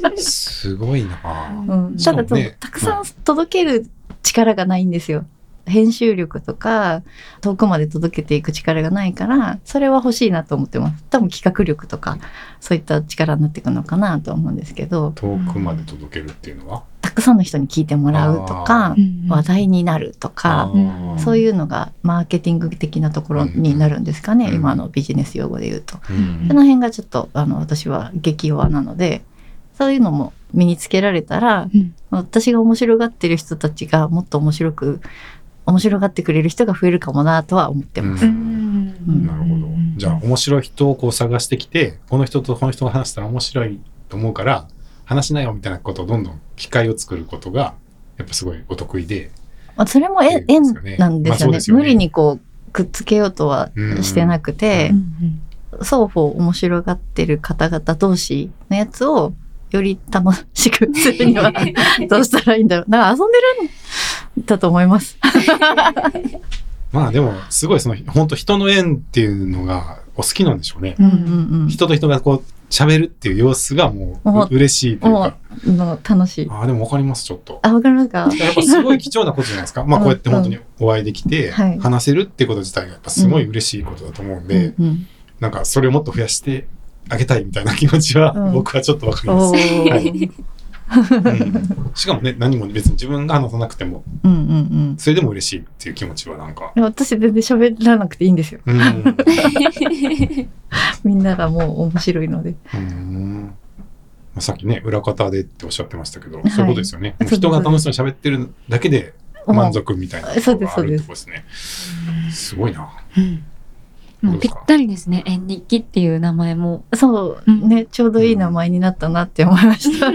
S3: 感じ。
S1: すごいな。
S3: うん
S2: うん
S3: ただ
S1: そうね
S3: たくさん届ける力がないんですよ。編集力とか遠くまで届けていく力がないからそれは欲しいなと思ってます多分企画力とかそういった力になっていくのかなとは思うんですけど
S1: 遠くまで届けるっていうのは、
S3: たくさんの人に聞いてもらうとか話題になると
S1: あ
S3: か
S1: ー
S3: そういうのがマーケティング的なところになるんですかね、
S1: うん
S3: 今のビジネス用語で言うと。
S1: う
S3: そ
S1: ん
S3: の辺がちょっとあの私は激弱なのでそういうのも身につけられたら、
S2: うん
S3: 私が面白がってる人たちがもっと面白く面白がってくれる人が増えるかもなとは思ってます。
S1: うん
S3: うん
S1: なるほどじゃあ面白い人をこう探してきてこの人とこの人が話したら面白いと思うから話しなよみたいなことをどんどん機会を作ることがやっぱすごいお得意で、
S3: まあ、それ
S1: っ
S3: も
S1: てい
S3: え
S1: うんで
S3: 縁
S1: すかね
S3: なんですよね,、
S1: まあそうですよね
S3: 無理にこうくっつけようとはしてなくて、双方面白がってる方々同士のやつをより楽しくする にはどうしたらいいんだろう。だから遊んでるんだと思います。
S1: まあでもすごいその本当人の縁っていうのがお好きなんでしょうね、
S3: うんうん
S1: 人と人がこう喋るっていう様子がも
S3: お
S1: うう嬉しいと
S3: うん。
S1: いう
S3: も
S1: か
S3: うの楽しい。
S1: ああでもわかりますちょっと
S3: あ、わかりますか。
S1: やっぱすごい貴重なことじゃないです かまあこうやって本当にお会いできて
S3: はい
S1: 話せるってこと自体がやっぱすごい嬉しいことだと思うんで、
S3: うんうん
S1: なんかそれをもっと増やしてあげたいみたいな気持ちは
S3: うん
S1: 僕はちょっとわかります、
S3: おー
S1: はいうんしかもね何も別に自分が話さなくても
S3: うんうんうん
S1: それでも嬉しいっていう気持ちはなんか
S3: いや。私全然喋らなくていいんですよ。
S1: うん
S3: みんながもう面白いので。
S1: うんまあさっきね裏方でっておっしゃってましたけど、
S3: はい
S1: そういうことですよねもう
S3: そうです
S1: 人が楽しそうに喋ってるだけで満足みたいなところがあるってことですねすごいな
S2: もうぴったりですね縁日記っていう名前も
S3: そう
S2: うん
S3: ね、ちょうどいい名前になったなって思いました。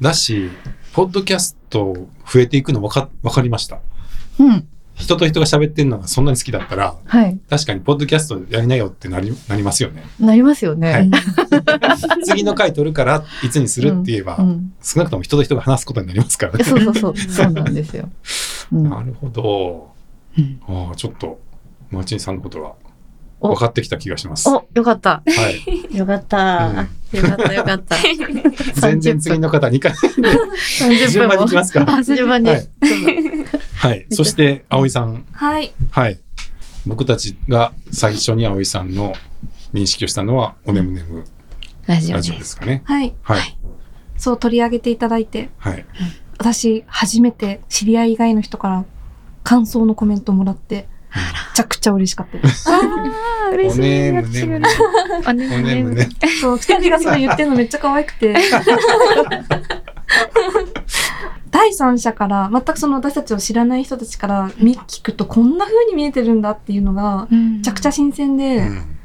S1: だしポッドキャスト増えていくの分か分かりました
S3: うん、
S1: 人と人が喋ってるのがそんなに好きだったら
S3: はい、
S1: 確かにポッドキャストやりなよってなりなります よね
S3: なりますよね。
S1: はい次の回撮るからいつにするって言えば、
S3: うん、
S1: 少なくとも人と人が話すことになりますからね、
S3: そうそう そう、そうなんですよ。うん
S1: なるほど、ああちょっとマーチンさんのことは
S3: お
S1: 分かってきた気がします、は
S3: お、よかった。
S1: い、
S3: よかった。よかった、よかった。
S1: 全然次の方2回順
S3: 30
S1: 番
S3: 分
S1: に行
S3: も
S1: き。 ますか
S3: 順番に。
S1: はいはいそして葵さん
S4: はい。
S1: はい。僕たちが最初に葵さんの認識をしたのは、おねむねむ
S2: ラジオ
S1: ラ
S2: で
S1: ジオ
S2: す
S1: ですかね。
S4: はい。
S1: はい。
S4: そう取り上げていただいて、
S1: はい。
S4: 私、初めて知り合い以外の人から感想のコメントもらって、めちゃくちゃ嬉しかったです。
S2: あー嬉
S1: お
S2: しい
S1: ね
S2: や
S1: む
S2: つ
S1: ね
S2: よ
S1: む
S2: ね。お
S1: お
S2: ね
S1: ね
S2: むね
S1: む
S2: む
S1: ね。
S4: そう、二人がそれ言ってるのめっちゃ可愛くて。第三者から、全くその私たちを知らない人たちから見聞くとこんな風に見えてるんだっていうのが、
S2: め
S4: めちゃくちゃ新鮮
S1: う
S4: で、
S1: ん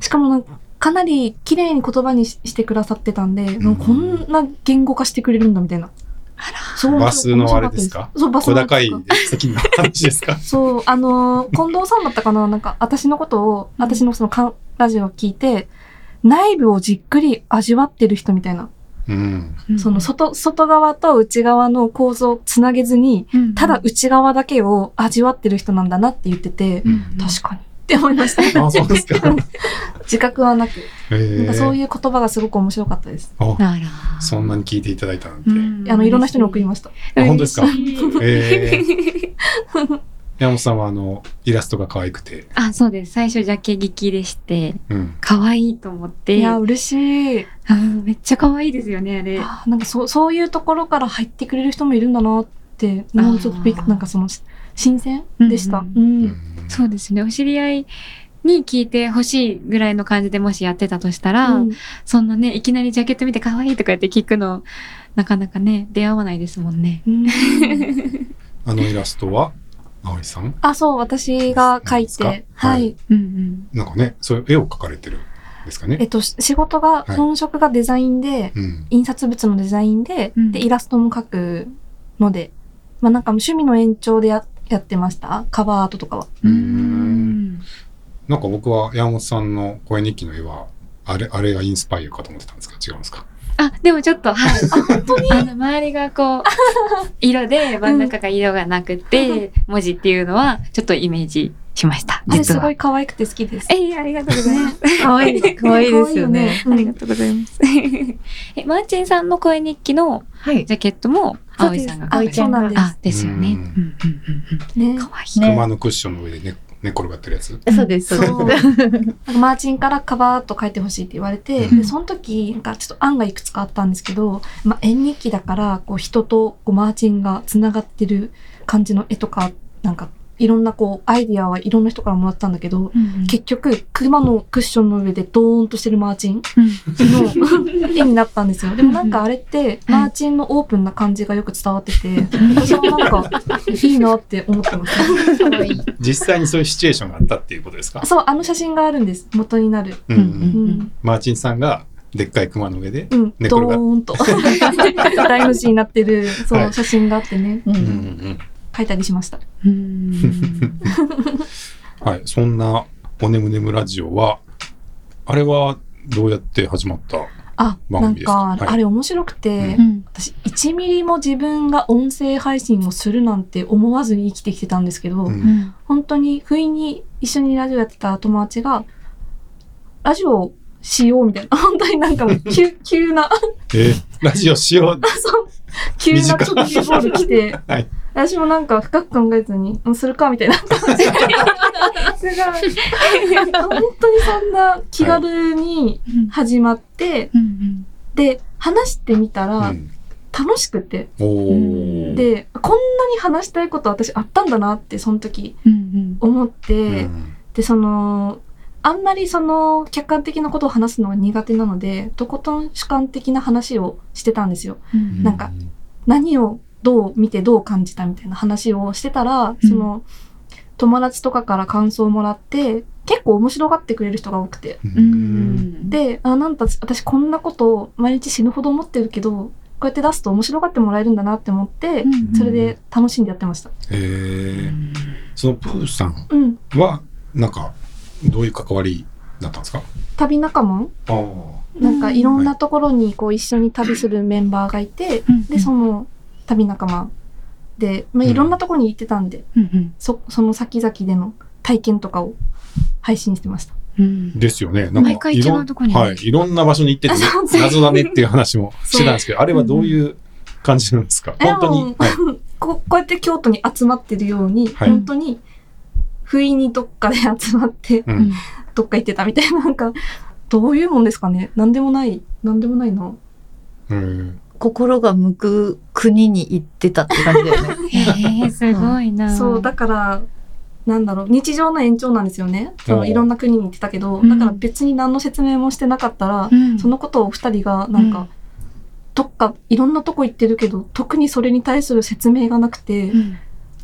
S4: しかもなんか、かなり綺麗に言葉にししてくださってたんで、もうこんな言語化してくれるんだみたいな。そう
S1: バスのあれですか
S4: そう、バス
S1: 小
S4: の
S1: 高い席の話ですか
S4: そう、あのー近藤さんだったかななんか、私のことを、私のそのかんラジオを聞いて、内部をじっくり味わってる人みたいな、
S1: うん。
S4: その外、外側と内側の構造をつなげずに、ただ内側だけを味わってる人なんだなって言ってて、
S1: うん
S4: 確かにって思いまし
S1: あ、そうですか。
S4: た。 自覚はなく。
S1: え
S4: なんかそう
S1: ー
S4: いう言葉がすごく面白かったです。
S1: あ、
S2: あら
S1: そんなに聞いていただいたなんて。
S2: うん
S4: あの、いろんな人に送りました。
S1: あ本当ですか
S2: 嬉しい
S1: えー山本さんは、あの、イラストが可愛くて。
S2: あそうです最初ジャケ聞きでして
S1: うん。
S2: 可愛いと思って
S4: いや、嬉しい。
S2: うんめっちゃ可愛いですよねあれ
S4: あーなんかそう、そういうところから入ってくれる人もいるんだなって、もうちょっとびっ
S2: あー
S4: なんかその、し新鮮でした。
S2: うん
S4: うん
S1: うん
S2: そうですねお知り合いに聞いてほしいぐらいの感じでもしやってたとしたら、
S4: うん
S2: そんなねいきなりジャケット見て可愛いとかやって聞くのなかなかね出会わないですもんね。
S4: うん
S1: あのイラストは、葵さん
S4: あ、そう、私が書い
S1: そうなんで
S4: て
S1: す、か
S4: は
S1: はい
S4: い。
S2: うん
S1: なんかね、そういう絵を描かれてるんですか
S4: え
S1: ね。
S4: っと、し仕事
S1: は
S4: が、
S1: い
S4: 本職がデザインで、
S1: うん。
S4: 印刷物のデザインで、
S2: うん
S4: で、イラストも描くので、まあなんか趣味の延長でややってました。カバーアートとかは。
S2: うん。
S1: うんなんか僕は山本さんの声日記の絵は、あれ、あれがインスパイアかと思ってたんですけど、違うんですか
S2: あでもちょっとはい あ本当にあの周りがこう色で真ん中が色がなくて、文字っていうのはちょっとイメージしました。
S4: あれ
S2: 実
S4: すご
S2: は。
S4: い可愛くて好きです。
S2: えい、ありがとうございます。
S3: 可愛い可愛いですよね。
S4: 可愛
S2: あ
S4: い
S2: りがとうございます。 え、マーチンさんの声日記の
S3: はい。
S2: ジャケットも、
S4: そう
S2: 葵
S4: です
S2: さんが
S3: 葵ちゃんが
S4: そうなんです。
S2: あ、ですよ
S1: う
S2: ね。うんんうん
S4: ね
S2: うんうん。かわいい。
S3: ね
S1: 熊のクッションの上で寝寝転がってるやつ。
S3: そうです、
S4: そ
S3: そう
S4: う
S3: で
S4: な
S3: す。
S4: んかマーチンからカバーっと書いてほしいって言われて、
S1: うん
S4: でその時なんかちょっと案がいくつかあったんですけど、まあ、縁日記だからこう人とこうマーチンがつながってる感じの絵とかなんかいろんなこうアイディアはいろんな人からもらったんだけど結局熊のクッションの上でドーンとしてるマーチンの絵になったんですよでもなんかあれってマーチンのオープンな感じがよく伝わってて私はなんかいいなって思ってます
S5: 可愛い。
S1: 実際にそういうシチュエーションがあったっていうことですか。
S4: そうあの写真があるんです元になる
S1: うん
S2: う
S1: うんん。
S4: うん
S1: マーチンさんがでっかい熊の上で。
S4: うん、
S1: 寝
S4: ド
S1: 転が
S4: ー ンと大の字になってるそ
S1: は
S4: の
S1: い
S4: 写真があってね、
S1: うんう
S3: うん
S1: ん
S4: 書いたりしました。
S2: うん
S1: うん。はい。そんなおねむねむラジオはあれはどうやって始まった。
S4: あ、
S1: 番
S4: なん
S1: 組ですか
S4: か、
S1: はい
S4: あれ面白くて、
S1: う
S2: うん
S4: 私1ミリも自分が音声配信をするなんて思わずに生きてきてたんですけど、
S1: うん
S2: うん
S4: 本当に不意に一緒にラジオやってた友達が、ラジオしようみたいな、 本当に なんかもう急急な、
S1: えーラジオしよう。
S4: そう急な
S1: 短い
S4: 直球ボール来て、
S1: はい
S4: 私もなんか深く考えずに、うん、するかみたいな感じで
S2: すごい。
S4: 本当にそんな気軽に始まって、
S2: うん
S4: で、話してみた
S1: う
S4: ら
S1: ん
S4: 楽しくて、
S1: おお。
S4: で、こんなに話したいこと私あったんだなって、その時
S2: うんうん
S4: 思っ
S1: う
S4: て、
S1: ん
S4: で、その、あんまりその客観的なことを話すのが苦手なので、とことん主観的な話をしてたんですよ。
S2: うん
S4: なんか何をどう見てどう感じたみたいな話をしてたら、その、友達とかから感想をもらって、結構面白がってくれる人が多くて。
S1: う。
S2: うんん、
S4: で、あ、なんだ、私こんなことを毎日死ぬほど思ってるけど、こうやって出すと面白がってもらえるんだなって思って
S2: う、ん
S4: それで楽しんでやってました。
S1: えーそのプーさん
S4: うん。
S1: はなんかどういう関わりだったんですか。
S4: 旅仲間
S1: ああ。
S4: なんかいろんなところにこう一緒に旅するメンバーがいて、
S2: うん
S4: で、その旅仲間で、まあ、
S1: うん
S4: いろんなところに行ってたんで、
S2: うんうん
S4: そ、その先々での体験とかを配信してました。
S2: うん
S1: ですよね。なんか
S2: 毎回違うとこに
S1: いろんはい。いろんな場所に行ってて、
S4: あそうそう
S1: 謎だねっていう話もしてたんですけど、あれはどういう感じなんですか
S4: うん
S1: 本当に。はい。
S4: こうこうやって京都に集まってるように、
S1: はい
S4: 本当に不意にどっかで集まって、
S1: う
S2: うんん。
S4: どっか行ってたみたいな、なんか、どういうもんですかね。なんでもない、なんでもないな。
S1: うん
S3: 心が向く国に行ってたって感じだよ ね。
S2: へえ、すごいな。
S4: そう、だから、なんだろう、日常の延長なんですよね。そ
S1: おう
S4: のいろんな国に行ってたけど、
S2: うん
S4: だから別に何の説明もしてなかったら、
S2: うん、
S4: そのことをお二人が、なんか、
S2: うん
S4: どっかいろんなとこ行ってるけど、特にそれに対する説明がなくて、
S2: うん、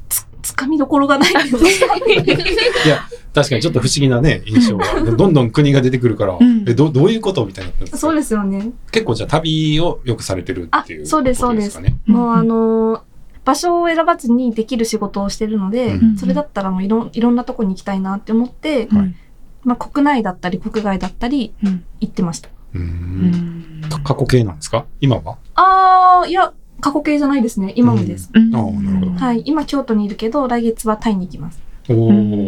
S4: つ、つかみどころがない っていうか。
S1: いや、確かにちょっと不思議なね、印象が。どんどん国が出てくるから
S2: うん、
S1: え、どどういうことみたいになったんです
S4: そう
S1: か
S4: ですよね。
S1: 結構じゃあ旅をよくされてるっていう
S4: あそうです
S1: ことかね。
S2: うん
S4: もうあのー場所を選ばずにできる仕事をしてるので、
S1: うん
S4: それだったらもういろんいろんなとこに行きたいなって思って、
S1: はい
S4: まあ、国内だったり国外だったり
S2: うん
S4: 行ってました。
S1: う。
S2: うんん、
S1: 過去形なんですか今は
S4: あー、いや、過去形じゃないですね。今もです。
S2: うん
S1: ああなるほど
S4: はい。今、京都にいるけど、来月はタイに行きます。
S1: お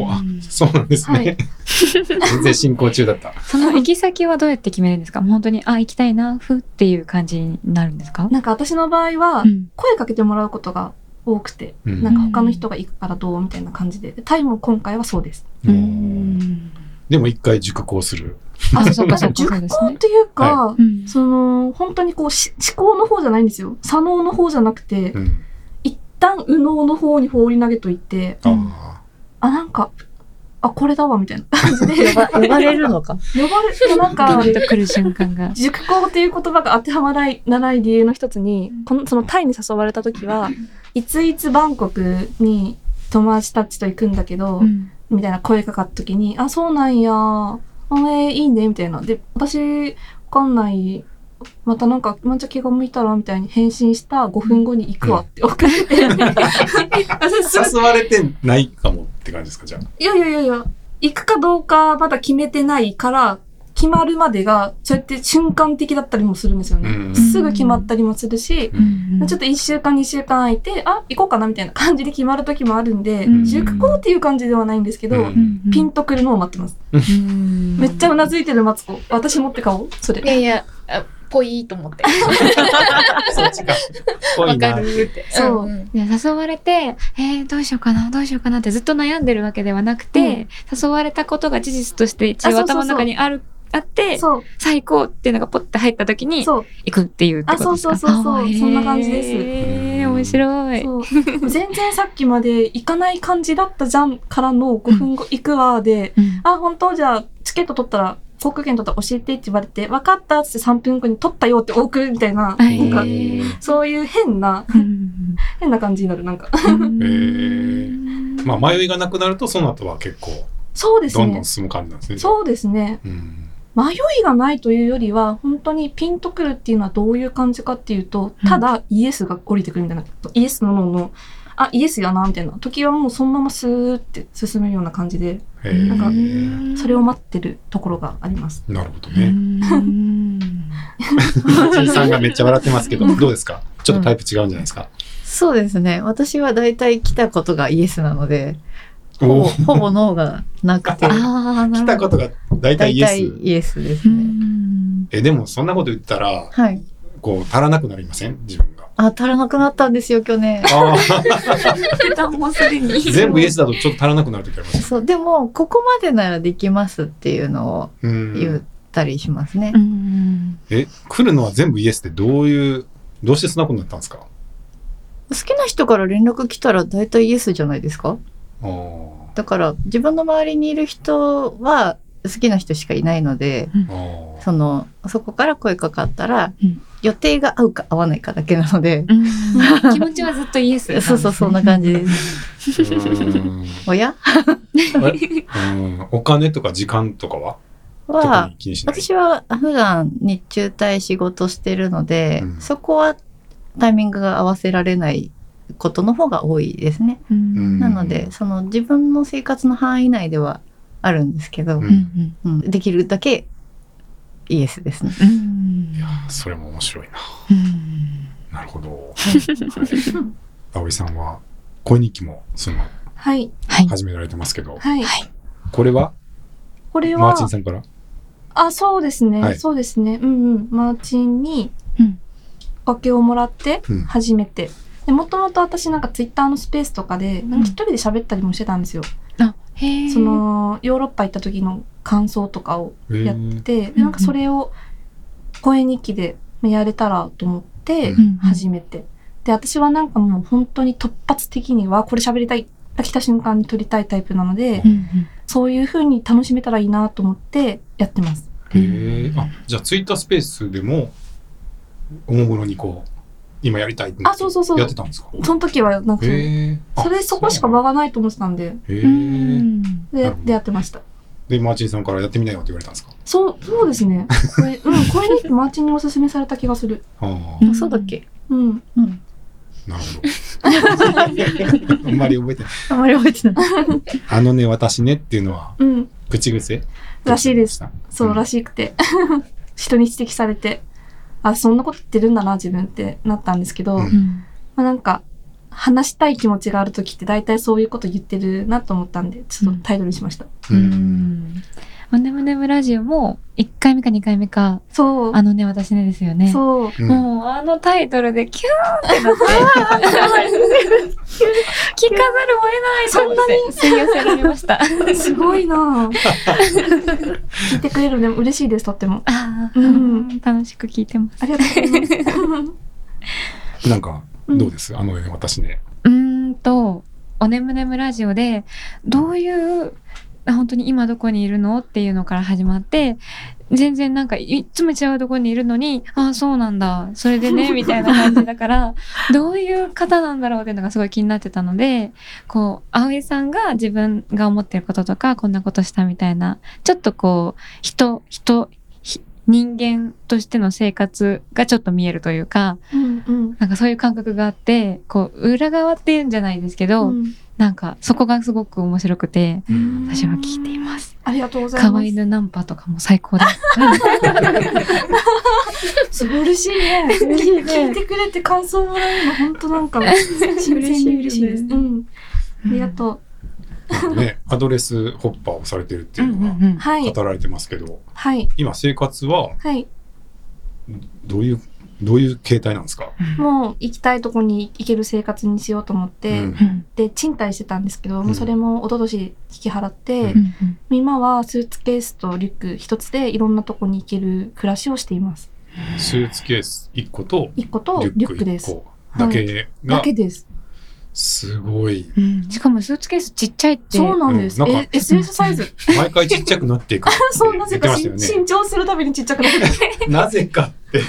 S1: お、あ
S2: うん、
S1: そうなんです
S4: はい
S1: ね。 全然進行中だった。
S2: その行き先はどうやって決めるんですか本当に、あ、行きたいな、ふっていう感じになるんですか
S4: なんか私の場合は
S2: う、ん
S4: 声かけてもらうことが多くて、
S1: うん
S4: なんか他の人が行くからどうみたいな感じで、でタイも今回はそうです。
S2: う
S1: おー
S2: ん。
S1: でも一回熟考する。
S2: あ、そっかそっか、そうです
S4: 熟考
S2: ね
S4: っ。ていうか、
S2: うん
S4: その、本当にこうし、思考の方じゃないんですよ。左脳の方じゃなくて、
S1: うん。
S4: 一旦右脳の方に放り投げといて、
S1: あ
S4: あ、なんか、あ、これだわ、みたいな感じ で、
S3: 呼ば呼ばれるのか。
S4: 呼ばれて、なん
S2: ガ
S4: か
S2: ー、ッと来る瞬間が。
S4: 熟考という言葉が当てはまらない理由の一つに、この、そのタイに誘われた時は、いついつバンコクに友達たちと行くんだけど、
S2: うん
S4: みたいな声かかった時に、あ、そうなんや、あえーいいね、みたいな。で、私、わかんない、またなんか、まんちゃ気が向いたら、みたいに返信した5分後に行くわって 送って、 私す
S1: あ。誘われてないかもって感じですかじゃあ。
S4: いやいやいやいや、行くかどうかまだ決めてないから、き決まるまでが、そうやって瞬間的だったりもするんですよね。
S1: うん
S4: すぐ決まったりもするし、
S2: うん
S4: ちょっと1週間、2週間空いて、あ、行こうかなみたいな感じで決まる時もあるんで、
S2: うん
S4: 熟考っていう感じではないんですけど、
S1: うん
S2: うん
S4: ピンとくるのを待ってます。めっちゃうなずいてるマツコ。私持って買おう。それ
S5: い。やいや、あぽいと思って。
S1: そっちか。ぽ
S5: わ
S1: い
S5: か
S1: な。
S5: るって。
S4: そう
S5: うん
S2: で誘われて、えー、どうしようかな、どうしようかなってずっと悩んでるわけではなくて、誘われたことが事実として一応
S4: あそうそうそう
S2: 頭の中にある、あって、
S4: そう、
S2: 最高っていうのがポッて入った時に、
S4: そう、
S2: 行くっていうってことですか
S4: あそうそうそうそう
S2: あーへー
S4: そんな感じです
S2: へー面白い。
S4: そう。全然さっきまで行かない感じだったじゃんからの5分後、行くわで、
S2: うん
S4: あ、本当じゃあ、チケット取ったら、航空券取ったら教えてって言われて、分かったっつって3分後に取ったよって送るみたいな、
S2: は
S1: え
S2: い
S4: なんか、
S1: ー
S4: そういう変な、
S2: うん
S4: 変な感じになる。なんか、
S1: えーまあ迷いがなくなるとその後は結構
S4: そうです
S1: どんど
S4: ね
S1: ん。進む感じなんですね。
S4: そうですね。
S1: うん。
S4: 迷いがないというよりは、本当にピンとくるっていうのはどういう感じかっていうと、ただイエスが降りてくるみたいな、イエスののの、あ、イエスやな、みたいな時はもうそのままスーって進むような感じで、
S1: えー
S4: なんか
S2: うん
S4: それを待ってるところがあります。
S1: なるほど
S2: う
S1: ね。
S2: ん
S1: じいさんがめっちゃ笑ってますけど、どうですかちょっとタイプ違うんじゃないですか、
S3: そうですね。私は大体来たことがイエスなので、ほ
S1: お
S3: ぼ
S1: お
S3: ほぼノーがなくて、
S2: あーな
S1: 来
S2: るほど
S1: たことが大体
S3: 大
S1: イエス
S3: 体。イエスです
S2: う
S3: ね。
S2: ん
S1: え、でもそんなこと言ったら、
S3: はい。
S1: こう、足らなくなりません自分が。。
S3: あ、足らなくなったんですよ、去年
S1: ああ、
S4: もうすで に。
S1: 全部イエスだとちょっと足らなくなるときあります。
S3: そう、でも、ここまでならできますっていうのを
S1: う
S3: 言っ
S1: ん。
S3: たりしますね
S2: う。ん
S1: え、来るのは全部イエスってどういう、どうしてそんなことになったんですか
S3: 好きな人から連絡来たら大体イエスじゃないですか
S1: ああ。
S3: だから、自分の周りにいる人は好きな人しかいないので、
S1: ああ。
S3: その、そこから声かかったら
S2: うん、
S3: 予定が合うか合わないかだけなので、
S2: うん気持ちはずっとイエスなんです
S3: そ
S2: ね
S3: うそう、そんな感じです。
S1: うーん
S3: おや
S1: うんお金とか時間とかは特
S3: は
S1: に、気にしない。
S3: 私は普段日中帯仕事してるので、
S1: うん
S3: そこはタイミングが合わせられないことの方が多いですね。
S2: うん
S1: うん
S3: なので、その自分の生活の範囲内ではあるんですけど、
S1: う
S2: うんん
S3: うんできるだけイエスですね。
S2: うんうん
S1: いやーそれも面白いな。なるほど。 葵さんは恋日記もその
S4: はい。
S2: はい
S1: 始められてますけど、
S4: はい。
S1: これは
S4: これ
S1: マ
S4: は
S1: ーチン、さんから。
S4: あ、そうですね、
S1: はい
S4: そうですね。うんうん。マーチンに
S2: うん、
S4: おかけをもらって
S1: うん、
S4: 初めて。でもともと私なんかツイッターのスペースとかで、なんか一人で喋ったりもしてたんですよ。
S2: あへえ
S4: その、ヨーロッパ行った時の感想とかを
S1: えー
S4: やって、で、なんかそれを声日記でやれたらと思って、
S1: うん
S2: うん
S4: 初めて。で、私はなんかもう本当に突発的には、これ喋りたい、来た瞬間に撮りたいタイプなので
S2: う、ん
S4: そういう風に楽しめたらいいなと思ってやってます。
S2: うん
S1: へーあじゃあツイッタースペースでもおもむろにこう今やりたいって
S4: あそうそうそう
S1: やってたんですか
S4: その時はなんか
S1: へ
S4: そう、
S1: え
S4: それそこしか場がないと思ってたんで、
S1: へ
S2: う
S1: え
S2: ん
S1: なる
S4: で
S1: ほど、
S4: 出会ってました。
S1: でマーチンさんからやってみないよって言われたんですか
S4: そう、そうですね。これ、うん、これにマーチンにおすすめされた気がする。
S1: あ
S2: うん
S3: そうだ っけ
S4: うん。
S3: うん。
S1: あなる ほどあんまり覚えてない
S3: あんまり覚えてない。
S1: あのね私ねっていうのは
S4: うん。
S1: 口癖
S4: らしいです
S1: どう
S4: そうらしくて。 人に指摘されて、あ、そんなこと言ってるんだな、自分ってなったんですけど、
S1: うん
S2: うん
S4: まあ、なんか、話したい気持ちがある時って大体そういうこと言ってるなと思ったんで、ちょっとタイトルにしました。
S1: う
S2: うんんむねむねむラジオも1回目か2回目か
S4: そう。
S2: あのね私ねですよね
S4: そう。
S1: うん
S2: もうあのタイトルでキューンってなって聞かざるを得ないそんなに吸い寄せられました
S4: すご いなぁ聞いてくれるのでも嬉しいです、とっても。
S2: あー
S4: うん
S2: 楽しく聞いてます
S4: ありがとうございます。
S1: なんかどうです、あのね私ね
S2: うーんと「おねむねむラジオで」どういうあ本当に今どこにいるのっていうのから始まって全然なんかいいつも違うとこにいるのに「ああそうなんだそれでね」みたいな感じだからどういう方なんだろうっていうのがすごい気になってたのでこう葵さんが自分が思ってることとかこんなことしたみたいなちょっとこう人人ひ人間としての生活がちょっと見えるというか
S4: うんうん
S2: なんかそういう感覚があって、こう、裏側っていうんじゃないですけ
S4: う
S2: ど、
S4: ん
S2: なんかそこがすごく面白くて、
S1: うん
S2: 私は聞いています。
S4: ありがとうございます。
S2: 可愛い犬ナンパとかも最高です。
S4: すごい嬉しいね。聞いてくれて感想もらえるの、本当なん か、新鮮で嬉しいです。うん。ありがと
S1: ね、アドレスホッパーをされてるって
S2: う
S1: い
S2: ん
S1: うの
S2: うんうん
S4: う。はい。
S1: が語られてますけど、
S4: はい。
S1: 今生活は
S4: はい。
S1: どういうどういう形態なんですか、
S4: もう行きたいとこに行ける生活にしようと思って、
S1: うん
S5: うん
S4: で、賃貸してたんですけど、
S1: うん
S4: もうそれも一昨年引き払って、
S1: う
S5: うんうん
S4: 今はスーツケースとリュック一つでいろんなとこに行ける暮らしをしています。
S1: スーツケース1個と
S4: 一個と
S1: リ
S4: リ
S1: ュッ
S4: ュ
S1: ク
S4: ックで
S1: 1
S4: す。
S1: 個だけが、
S4: だけです。
S1: すごい
S2: うんしかもスーツケースちっちゃいって。
S4: そうなんです。
S1: うんなんか
S4: え、SS サイズ。
S1: 毎回ちっちゃくなっていくって
S4: そう、な
S1: 言
S4: ぜ
S1: って
S4: か
S1: まし
S4: し
S1: た
S4: ん
S1: よ ね。
S4: 新調するたびにちっちゃくなって る。
S1: なぜかって。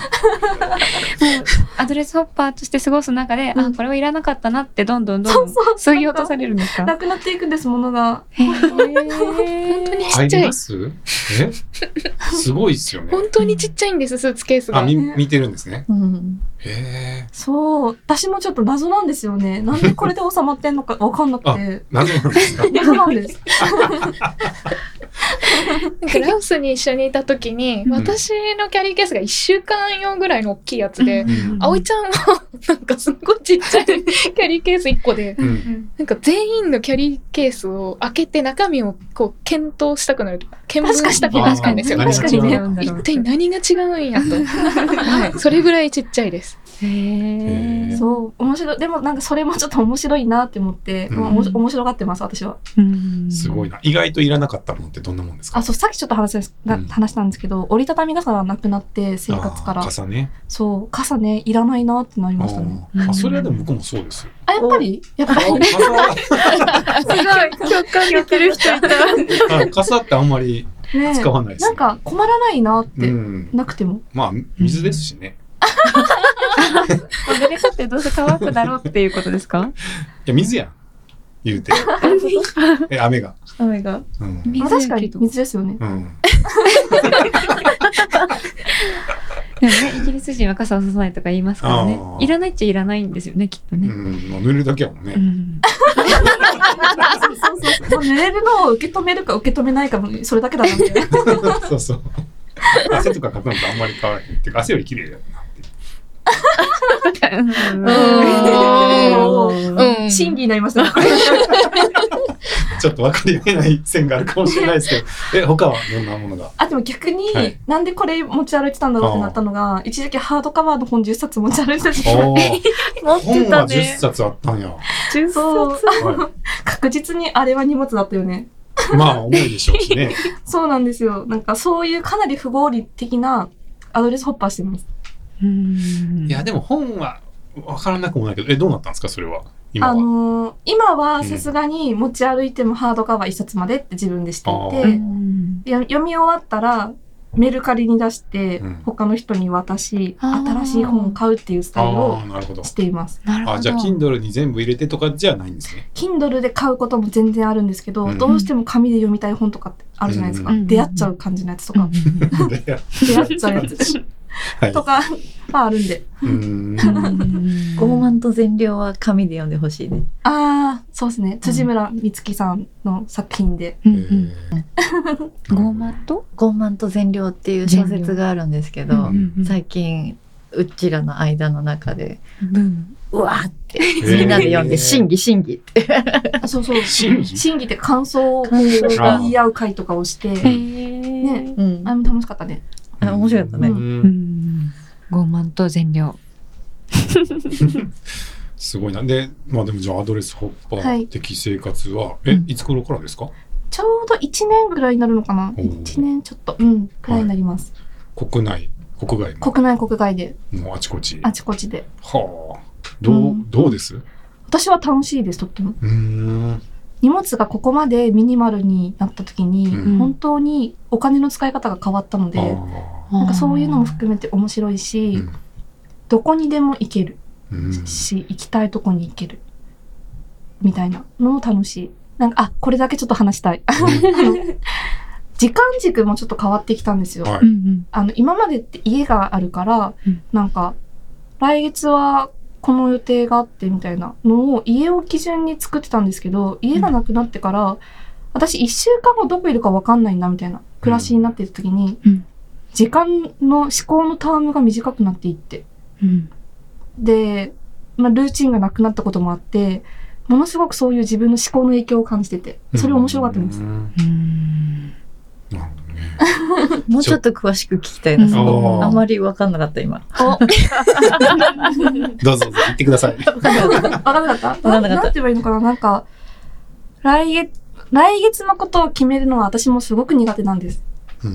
S2: アドレスホッパーとして過ごす中で、
S4: うん
S2: あ、これはいらなかったなってどんどんどんどん削ぎ落とされるんです
S4: な
S2: か
S4: くなっていくんです、ものが。
S2: へー
S5: 本当にち
S1: 入
S5: っちゃ
S1: り
S5: い
S1: ますえすごいっすよね。
S5: 本当にちっちゃいんですスーツケース
S1: あ、
S5: が
S1: み、見てるんですね。
S3: うん。
S1: へえ。
S4: そう、私もちょっと謎なんですよね。なんでこれで収まってんのかわかんなくて。
S1: なぜなんですか
S4: 謎なんです。
S5: なんかラオスに一緒にいた時に
S2: うん
S5: 私のキャリーケースが1週間用ぐらいの大きいやつで
S1: う。ん
S5: 葵ちゃんはなんかすごいちっちゃいキャリーケース1個で
S1: うん。
S5: なんか全員のキャリーケースを開けて中身をこう検討したくなる見聞したくな
S1: 確
S5: る
S1: か
S5: ん
S1: に
S5: ですよ
S1: あー
S2: 確かにね。
S5: 一体何が違うんやと、はい、それぐらいちっちゃいです
S2: へー
S1: へー
S4: そう、面白い。でもなんかそれもちょっと面白いなって思って、
S1: うん
S4: まあおもし面白がってます、私は。
S2: うん
S1: すごいな。意外といらなかったものってどんなもんですか
S4: あ、そう、さっきちょっと話したんですな
S1: うん
S4: 話したんですけど、折りたたみ傘がなくなって、生活か
S1: あ
S4: ら
S1: ー。傘ね。
S4: そう、傘ね、いらないなってなり
S1: あ
S4: ましたね。
S1: ーあ、それはでも僕もそうです。
S4: あ、やっぱりやっぱ
S1: あ
S4: り。
S1: 傘は
S5: すごい共感できる人いた
S1: あ傘ってあんまり
S4: ね
S1: 使わないです
S4: なん
S1: ね。
S4: か困らないなっ
S1: う
S4: て、
S1: ん。
S4: なくても。
S1: まあ、水ですしね。
S2: アドレスってどうせ乾くだろうっていうことですか
S1: いや、水やん。言うて。え、雨が。
S2: 雨が。
S1: うん。
S2: 水
S4: まあ確かに水ですよね。
S1: うん。
S2: でもね、イギリス人は傘をささないとか言いますからね
S1: あ。ー
S2: いらないっちゃいらないんですよね、きっと
S1: う
S2: ね。
S1: ん。まあ、塗るだけやもんね
S2: う。ん。
S4: そうそうそう。まあ寝れるのを受け止めるか受け止めないかも、それだけだなみた いな。
S1: そうそう。汗とかかくのとあんまり変わらない。ってか、汗より綺麗だよなって。
S4: ん
S5: うん
S4: 審議になりましたね。
S1: ちょっと分かり合えない線があるかもしれないですけ ど、え、他はどんなもの が
S4: あ、でも逆に、
S1: はい
S4: なんでこれ持ち歩いてたんだろうってなったのが、一時期ハードカバーの本10冊持ち歩いてた時 期
S1: おー
S5: 持
S1: 本は10冊あったんや。は
S4: そう
S1: い、
S4: 確実にあれは荷物だったよね。
S1: まあ、重いでしょうし ね。
S4: そうなんですよ。なんかそういうかなり不合理的なアドレスホッパーしてます。
S2: うん
S1: いや、でも本は分からなくもないけど、え、どうなったんですか、それは。今
S4: あ
S1: は。
S4: のー今は
S1: うん
S4: さすがに持ち歩いてもハードカバー1冊までって自分でしてい
S1: あ
S4: て、
S2: うん
S4: や読み終わったらメルカリに出して
S1: うん
S4: 他の人に渡し、
S2: あー
S4: 新しい本を買うっていうスタイル
S1: あ
S4: を
S1: あ、なるほど。
S4: しています。
S2: なるほど。
S1: あ、じゃあ、Kindle に全部入れてとかじゃないんです ね。
S4: Kindle で買うことも全然あるんですけど、
S1: うん
S4: どうしても紙で読みたい本とかってあるじゃないですか。
S2: うん
S4: 出会っちゃう感じのやつとか、
S1: で
S4: 出会っちゃうやつ
S1: はい。
S4: とか、まああるんで。
S1: うー ん。
S3: 傲慢と善良は紙で読んでほしいね。
S4: ああ、そうですね。辻村美月さんの作品で。
S2: うんうん
S1: えー
S2: 傲慢と
S3: 傲慢と善良っていう小説があるんですけど
S1: 善、
S3: 最近、うちらの間の中で、
S2: ブーム。
S3: うわーって、みんなで読んで、審議審議って。
S4: あそうそう。
S1: 審議
S4: 審議って感想を
S1: 想
S4: 言い合う会とかをして、
S1: う
S2: へ
S1: ん
S2: ー
S3: うん
S4: あれも楽しかったね。
S3: あ面白かったね。
S1: う
S2: うんん傲慢と善良。
S1: すごいな。で、まあでもじゃあアドレスホッパ
S4: はい
S1: ー的生活は、
S2: う
S1: え
S2: ん、
S1: いつ頃からですか
S4: ちょうど1年ぐらいになるのかな。
S1: おー
S4: 1年ちょっと、うん、くらいになります。
S1: 国内、国外も、
S4: 国内、国外で、
S1: もうあちこち。
S4: あちこちで。
S1: はあ。どう
S4: う、ん
S1: どうですう
S4: 私は楽しいです、とっても。
S1: ーん。
S4: 荷物がここまでミニマルになった時に、
S1: うん
S4: 本当にお金の使い方が変わったの
S1: あ
S4: で、
S1: あ。
S4: なんかそういうのも含めて面白いし、
S1: うん
S4: どこにでも行ける
S1: うん。
S4: し、行きたいとこに行けるみたいなのも楽しい。なんか、あ、これだけちょっと話したい。あ の時間軸もちょっと変わってきたんですよ。
S1: は
S2: う
S1: い。
S2: ん
S4: あの、今までって家があるから、
S2: うん
S4: なんか、来月はこの予定があってみたいなのを家を基準に作ってたんですけど、家がなくなってから、私1週間後どこいるか分かんないんだみたいな暮らしになってる時に、
S2: うん
S4: 時間の思考のタームが短くなっていって
S2: うん
S4: で、まあ、ルーチンがなくなったこともあってものすごくそういう自分の思考の影響を感じててそれ面白かったんです、
S1: うんなるほどね
S3: もうちょっと詳しく聞きたいな、
S2: ち
S3: そ
S2: ょ
S3: の
S1: あー
S3: あまり分かんなかった今。
S1: どうぞどうぞ言ってください。
S4: わかんなかった
S3: わかんなかった
S4: んて言えばいいのかななんか、来月、来月のことを決めるのは私もすごく苦手なんです。
S1: うん
S2: う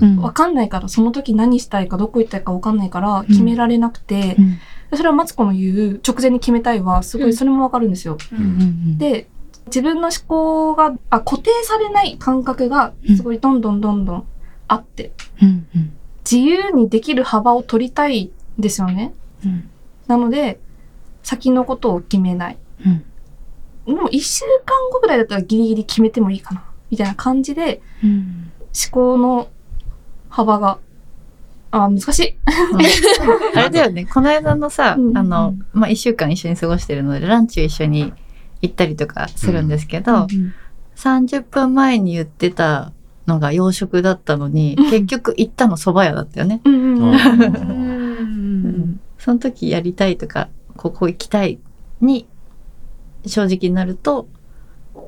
S2: ん
S4: わかんないから、その時何したいか、どこ行ったいかわかんないから、決められなくて、
S2: うん
S4: それはマツコの言う直前に決めたいは、すご
S5: う
S4: い
S5: ん
S4: それもわかるんですよ。
S2: うんうん
S4: で、自分の思考が、あ、固定されない感覚が、すごいどんどんどんどんあって、
S2: うんうん
S4: 自由にできる幅を取りたいんですよね。
S2: うん
S4: なので、先のことを決めない。
S2: うん
S4: でも1週間後ぐらいだったらギリギリ決めてもいいかな、みたいな感じで、
S2: うん
S4: 思考の幅が、あ、難しい。
S3: あれだよね、この間のさ、
S4: うん
S3: あの、まあ、一週間一緒に過ごしてるので、ランチを一緒に行ったりとかするんですけど、
S2: うん
S3: 30分前に言ってたのが洋食だったのに、結局行ったの蕎麦屋だったよね。
S4: うんうんうん。
S3: うんその時やりたいとか、ここ行きたいに、正直になると、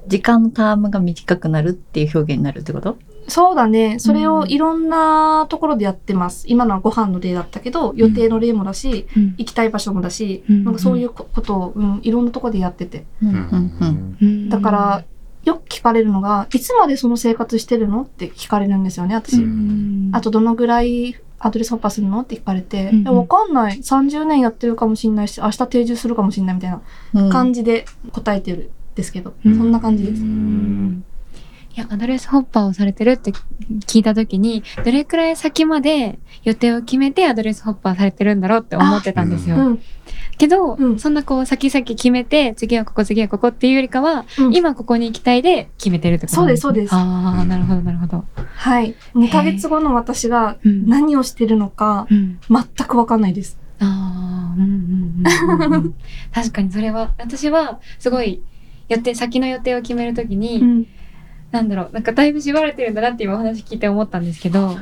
S3: 時間のタームが短くなるっていう表現になるってこと
S4: そうだね。それをいろんなところでやってます。今のはご飯の例だったけど、予定の例もだし、
S2: うん
S4: 行きたい場所もだし、
S2: うん
S4: なんかそういうこことを、うん、いろんなところでやってて。
S3: うん
S1: う
S3: う
S1: う
S3: ん
S1: んん
S2: うん
S4: だから、よく聞かれるのが、いつまでその生活してるのって聞かれるんですよね、私。
S2: うん
S4: あとどのぐらいアドレスホッパーするのって聞かれ
S2: う
S4: て、
S2: んうん
S4: いやわかんない。30年やってるかもしんないし、明日定住するかもしんないみたいな
S3: うん。
S4: 感じで答えてるんですけど、
S2: うん
S4: そんな感じです
S1: う。ん
S2: いやアドレスホッパーをされてるって聞いた時にどれくらい先まで予定を決めてアドレスホッパーされてるんだろうって思ってたんですよ、
S4: うん。
S2: けど、
S4: うん
S2: そんなこう先々決めて次はここ次はここっていうよりかは、
S4: うん
S2: 今ここに行きたいで決めてるってことなん
S4: そうですそうです
S2: ああ
S1: うん
S2: なるほどなるほど、
S4: はい。2ヶ月後の私が
S2: うん
S4: 何をしてるのか
S2: うん
S4: 全くわかんないです。
S2: ああうんうんうんうんうん 確かにそれは私はすごい予定先の予定を決めるときに、
S4: うん。
S2: なんだろうなんかだいぶ縛られてるんだなって今お話聞いて思ったんですけ どなん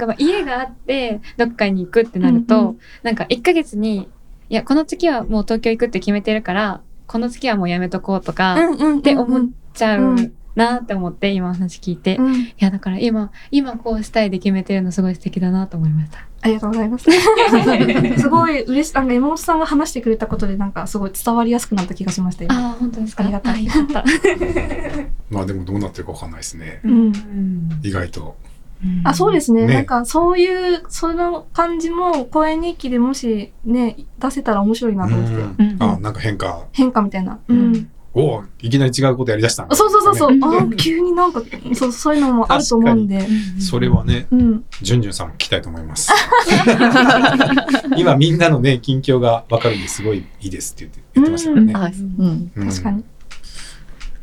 S2: かまあ家があってどっかに行くってなると、
S4: うんう
S2: なんか1ヶ月にいやこの月はもう東京行くって決めてるからこの月はもうやめとこうとか、
S4: うんうん。
S2: って思っちゃううんなって思って今お話聞いて、
S4: う
S2: い
S4: んうん
S2: やだから今今こうしたいで決めてるのすごい素敵だなと思いました。
S4: ありがとうござ います。すごい嬉しい。なんか山本さんが話してくれたことでなんかすごい伝わりやすくなった気がしました今。
S2: ああ本当ですか。
S4: ありがたい
S2: あよかった。。
S1: まあでもどうなってるかわかんないですね。
S4: うん
S1: 意外と。
S4: あ、そうですすね。
S1: ね
S4: なんかそういう、その感じも声日記でもしね、出せたら面白いなと思って。
S2: うん
S1: あなんか変化。
S4: 変化みたいな。う
S2: うん
S4: ん。
S1: おういきなり違うことやりだしたんだ
S4: そうそうそうそう。
S1: ね
S4: あー急になんか、そう、そういうのもあると思うんで。
S1: それはね、
S4: うん。
S1: じゅんじゅんさんも聞きたいと思い ます。今みんなのね、近況がわかるんですごいいいですって言って言ってましたからね。
S3: あ、うん。
S1: うん
S4: 確かに。。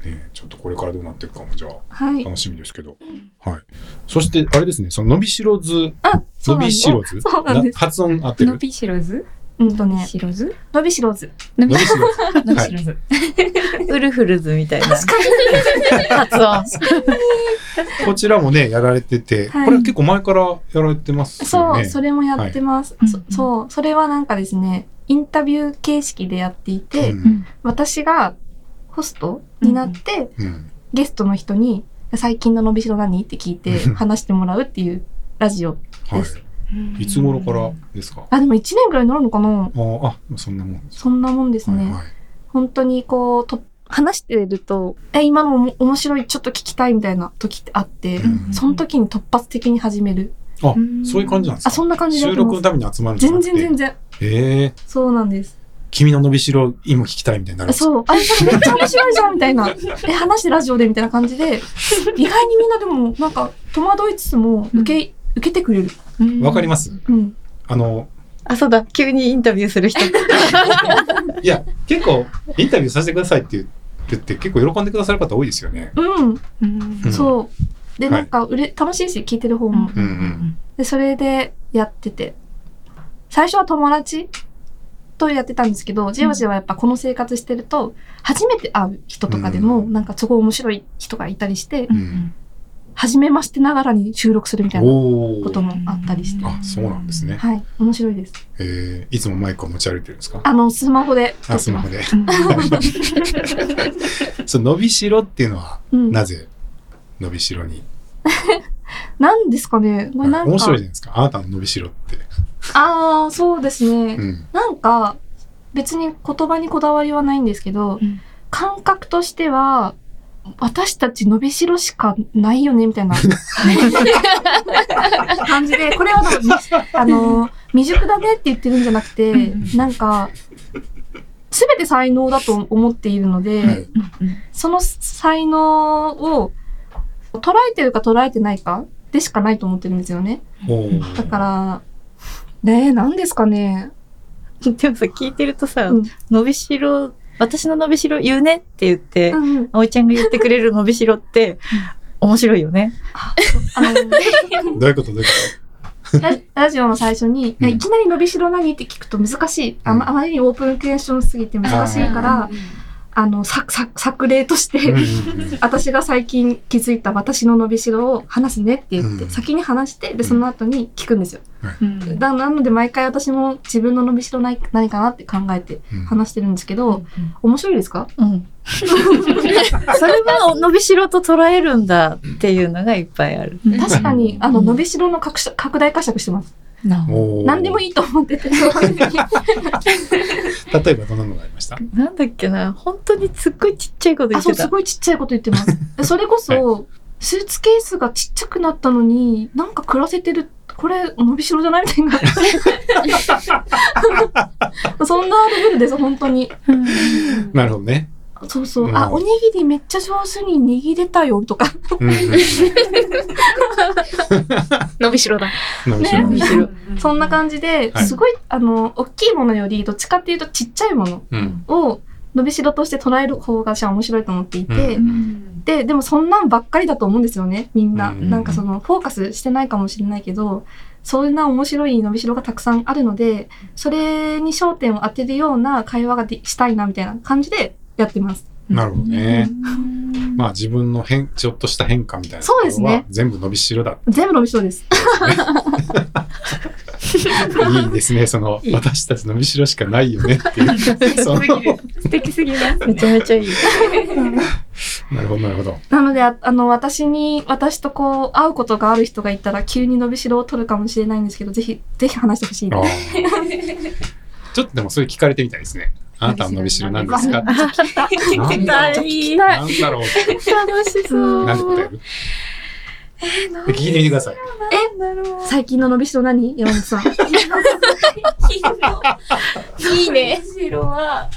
S1: ねちょっとこれからどうなっていくかもじゃあ
S4: はい。
S1: 楽しみですけど。はい。そしてあれですね、その伸びしろず、
S4: あ、
S1: 伸
S4: そうなん
S1: び
S4: です
S1: し。ろず
S4: そうなんです
S1: 発音合って
S2: 伸
S1: る
S2: びしろず？
S4: うんとね、
S2: しろず？
S4: 伸びしろず。
S1: 伸
S2: 伸び
S1: び
S2: し
S1: しろず。
S2: ろ伸びしろず。
S3: ウルフルズみたいな。発音。
S1: こちらもね、やられてて、
S4: はい
S1: これ結構前からやられてます
S4: そ
S1: よ
S4: う、
S1: ね。
S4: それもやってます、
S2: はい
S4: そ
S2: うん。
S4: そう、それはなんかですね、インタビュー形式でやっていて、
S1: うん
S4: 私がホストになって、
S1: うん
S4: ゲストの人に、最近の伸びしろ何って聞いて
S1: うん
S4: 話してもらうっていうラジオ。
S1: は
S4: です
S1: い。いつ頃からですかあ
S4: あ、でも1年ぐらいになるのかな
S1: あ、あそんなもんです。
S4: そんなもんですね。
S1: はいはい
S4: 本当にこう、と話してると、え、今のおも面白い、ちょっと聞きたいみたいな時ってあって、
S1: うん
S4: その時に突発的に始める。
S1: あ
S2: うん、
S1: そういう感じなんです
S4: あ、
S1: か
S4: そんな感じでや
S1: 収
S4: ってま
S1: 録の
S4: す。
S1: ために集まるんじゃな
S4: 全
S1: くて
S4: 然全然。
S1: ええ
S4: そうなんです。
S1: 君の伸びしろ今聞きたいみたいになるんですか
S4: そう。あれ、それめっちゃ面白いじゃんみたいな。え、話してラジオでみたいな感じで、意外にみんなでも、なんか、戸惑いつつも、受け、受けてくれる。
S1: わかります
S4: うん。
S1: あの、
S3: あ、そうだ。急にインタビューする人。
S1: いや、結構、インタビューさせてくださいって言って、結構喜んでくださる方多いですよね。
S4: うん。
S2: うん
S1: うん
S4: そう。で、
S1: はい
S4: なんか、うれ、楽しいし、聞いてる方も。
S1: うん
S4: で、それでやってて。最初は友達とやってたんですけど、ジェオジェはやっぱこの生活してると、初めて会う人とかでも、
S1: うん
S4: なんかすごい面白い人がいたりして、
S1: うん
S4: 初めましてながらに収録するみたいな
S1: お
S4: こと
S1: ー
S4: もあったりして。
S1: あそうなんですね、
S4: はい、面白いです。
S1: えー、いつもマイクを持ち歩いてるんですか
S4: あの、スマホで撮
S1: あ
S4: って
S1: スマ
S4: ま
S1: ホ
S4: す。
S1: で
S4: うん
S1: そう伸びしろっていうのは
S4: うん
S1: なぜ伸びしろに、
S4: なんですかねこれなんか
S1: 面白いじゃないですかあなたの伸びしろって、
S4: ああ、そうですね。
S1: うん、
S4: なんか、別に言葉にこだわりはないんですけど、
S5: うん
S4: 感覚としては、私たち伸びしろしかないよね、みた いな感じで、これはでもあの、未熟だねって言ってるんじゃなくて、
S5: うん
S4: なんか、すべて才能だと思っているので、
S1: はい
S4: その才能を捉えてるか捉えてないかでしかないと思ってるんですよね。
S1: おー
S4: だから、ねえ、何ですかね。
S3: でもさ、聞いてるとさ、
S4: うん
S3: 伸びしろ、私の伸びしろ言うねって言って、
S4: うんうん
S3: 葵ちゃんが言ってくれる伸びしろって、面白いよね。
S4: あ の
S1: どういうことどういうこ
S4: ララジオの最初に、
S1: うん
S4: いきなり伸びしろ何って聞くと難しい。あま
S1: うん
S4: あまりにオープンクエスチョンすぎて難しいから、あの、さ、さ、作例として、
S1: と、うんうんうん
S4: 私が最近気づいた私の伸びしろを話すねって言って、
S1: うん
S4: 先に話して、で、
S1: ん
S4: その後に聞くんですよ。
S5: うん
S4: だなので毎回私も自分の伸びしろない何かなって考えて
S1: うん
S4: 話してるんですけど、
S3: ん
S4: 面白いですか
S3: うん。 それは伸びしろと捉えるんだっていうのがいっぱいある。
S5: うん
S4: 確かに、あの、
S3: うん
S4: 伸びしろの拡し拡大解釈してます。
S1: おー
S4: 何でもいいと思ってて。
S1: 例えばどんなのがありました
S3: なんだっけな、本当にすっごいちっちゃいこと言
S4: あ、
S3: っ
S4: そ
S3: て
S4: う、す
S3: た。
S4: ごいちっちゃいこと言ってます。それこそ、スーツケースがちっちゃくなったのに、なんか暮らせてる、これ、伸びしろじゃないみたいな。そんなレベルです、本当に。
S1: なるほどね、
S4: そうそう。あ、おにぎりめっちゃ上手に握れたよ、とか。
S1: うんうんうん、
S5: 伸びしろだ。
S1: 伸びしろ、
S3: 伸びしろ。
S4: そんな感じで、
S1: はい
S4: すごい、あの、大きいものより、どっちかっていうとちっちゃいもの
S1: うん
S4: を、伸びしろとして捉える方が私は面白いと思っていて、
S1: うん
S4: で、でもそんなんばっかりだと思うんですよね、みんな。
S1: うん
S4: なんかその、フォーカスしてないかもしれないけど、そんな面白い伸びしろがたくさんあるので、それに焦点を当てるような会話がでしたいな、みたいな感じでやってます。
S1: なるほどね、
S5: うん
S1: まあ自分の変ちょっとした変化みたいな
S4: そうですね
S1: ところは全部伸びしろだ
S4: 全部伸びしろです。
S1: いいですねそ の
S3: いい
S1: 私たち伸びしろしかないよねっていうその
S5: 素敵すぎます。
S3: めちゃめちゃいい。
S1: なるほどなるほど
S4: なので、ああの、私に、私とこう、会うことがある人がいたら、急に伸びしろを取るかもしれないんですけど、ぜひ、ぜひ話してほしいです
S1: あー ちょっとでもそれ聞かれてみたいですねあなたの伸びしろなんですかなんだろう
S3: 聞きた
S1: なんだろうって
S3: 楽しそう。
S1: 何て答え る聞いてみてください
S4: 最近の伸びしろ何山 本さん。
S5: いいね。
S2: 白は、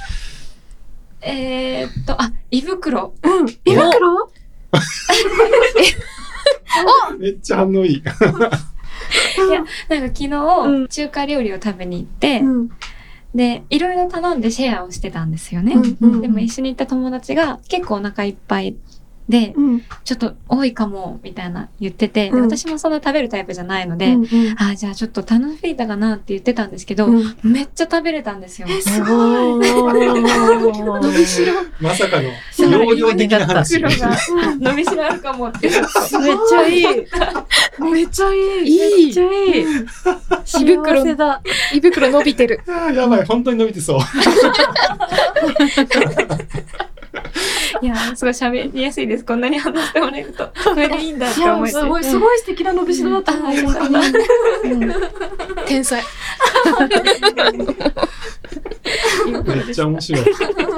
S2: えー、っと、あ、胃袋。
S4: 胃袋
S1: めっちゃ反応いい
S2: なんか昨日、
S4: うん
S2: 中華料理を食べに行って、
S4: ん。
S2: で、いろいろ頼んでシェアをしてたんですよね。
S4: うんうん
S2: でも一緒に行った友達が結構お腹いっぱいで、
S4: うん。
S2: ちょっと多いかも、みたいな言ってて、で
S4: うん
S2: 私もそんな食べるタイプじゃないので、
S4: うんうん
S2: あーじゃあちょっと頼みすぎたかなって言ってたんですけど、
S4: うん
S2: めっちゃ食べれたんですよ。
S4: え、すごい。
S3: ごい。伸びしろ。
S1: まさかの
S3: そう
S1: 容量的な話
S2: 袋が伸びしろあるかもって。
S3: めっちゃいい。
S4: めっちゃいい。
S3: めっちゃいい。
S5: 胃袋
S3: 幸せだ。
S5: 胃袋伸びてる。
S1: あーやばい本当に伸びて そう
S2: いやー、すごい喋りやすいです。こんなに話してもらえると。これでいいんだっ
S4: い
S2: て思
S4: や、
S2: えて
S4: す。ごい、すごい素敵な伸びしろだったな、本当に。
S5: 天才。
S1: めっちゃ面白い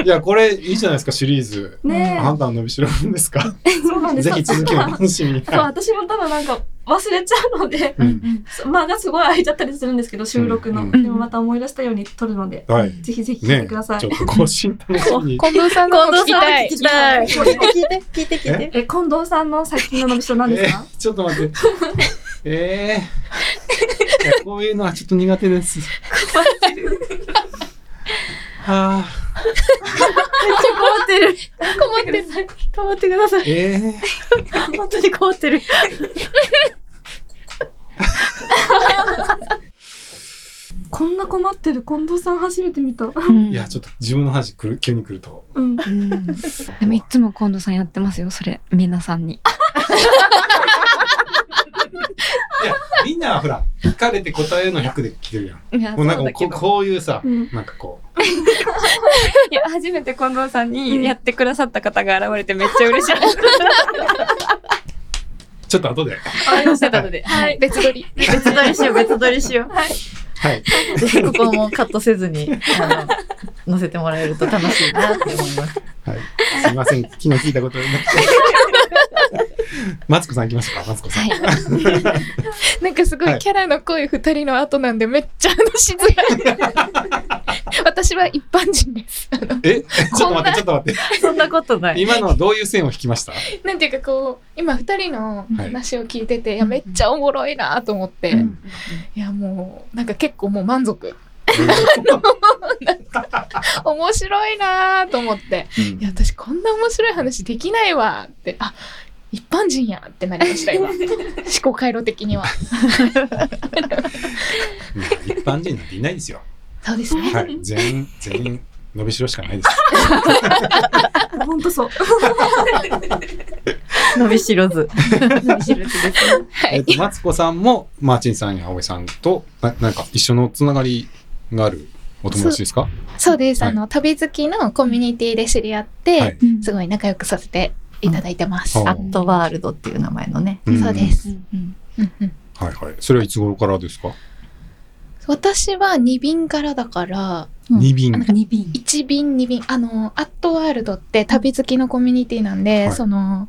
S1: いやこれいいじゃないですかシリーズ
S4: ね
S1: あなたの伸びしろなんですか
S4: え、そうなんです
S1: ぜひ続きをお楽しみに。
S4: そう、私もただなんか忘れちゃうので、
S1: うん
S4: 間がすごい空いちゃったりするんですけど、収録
S1: う
S4: の。
S1: ん
S4: でもまた思い出したように撮るので、
S1: はい。
S4: ぜひぜひ聞いて
S1: ね、
S4: くださ
S1: ちょ
S4: い
S1: っ。と更新楽しみに。
S5: 近藤さんのも聞きたい。
S3: たい。聞いて、聞いて、聞いて。
S4: え、近藤さんの最近の伸びしろなんですか
S1: えーちょっと待って。えーいやこういうのはちょっと苦手です。はあ、
S3: 困ってる。
S5: 困ってる。
S3: 困ってください。
S1: えー、
S3: 本当に困ってる。
S4: 近こんな困ってる近藤さん初めて見た。
S1: いや、ちょっと自分の話くる、急に来ると。
S4: うん。
S2: うんでもいつも近藤さんやってますよ、それ。皆さんに。
S1: いや、みんなはほら、聞かれて答えの100で来てるやん。
S2: いや、
S1: もうなんかもう
S2: そうだけ
S1: こ
S2: ど
S1: こういうさ、
S4: うん
S1: なんかこう、
S2: いや、初めて近藤さんにやってくださった方が現れてめっちゃ嬉しい。
S1: ちょっと後で。
S3: ありましたので。
S5: はい、別撮り。
S3: 別撮りしよう、別撮りしよう。
S1: はい。
S3: ぜひ ここもカットせずに、あの、載せてもらえると楽しいなって思います。
S1: はい。すいません。昨日聞いたことなくて。マツコさん行きましょうか、マツコさん。
S5: なんかすご
S1: はいい
S5: キャラの濃い二人の後なんでめっちゃ話しづらい。 私は一般人です。あの
S1: えちょっと待って、ちょっと待っ
S3: そんなことな
S1: て。
S3: い。
S1: 今のはどういう線を引きました
S5: なんていうかこう今二人の話を聞いてて、い、やめっちゃおもろいなと思って、
S1: うん
S5: いやもうなんか結構もう満足
S1: う
S5: 面白いなと思って
S1: ん
S5: いや私こんな面白い話できないわってあ一般人やってなりました今 思考回路的には
S1: うん一般人なんていないですよ。
S5: そうですね
S1: はい。全員、全員、伸びしろしかないです。
S4: ほん とそう。
S3: 伸びしろず。
S5: は
S1: えっ
S5: い
S1: と、マツコさんも、マーチンさんや葵さんと、ななんか一緒のつながりがあるお友達ですか
S5: そうです、
S1: はい
S5: あの旅好きのコミュニティで知り合って、
S1: はい
S5: すごい仲良くさせていただいてます、
S1: うん
S3: アットワールドっていう名前のね。
S5: そうで。す、
S3: うん
S5: うんうん
S1: んはいはい。それはいつ頃からですか
S5: 私は2便からだから
S3: うん
S1: 二便。
S2: 2便。
S5: 1便2便あのアットワールドって旅好きのコミュニティなんで、
S1: はい
S5: その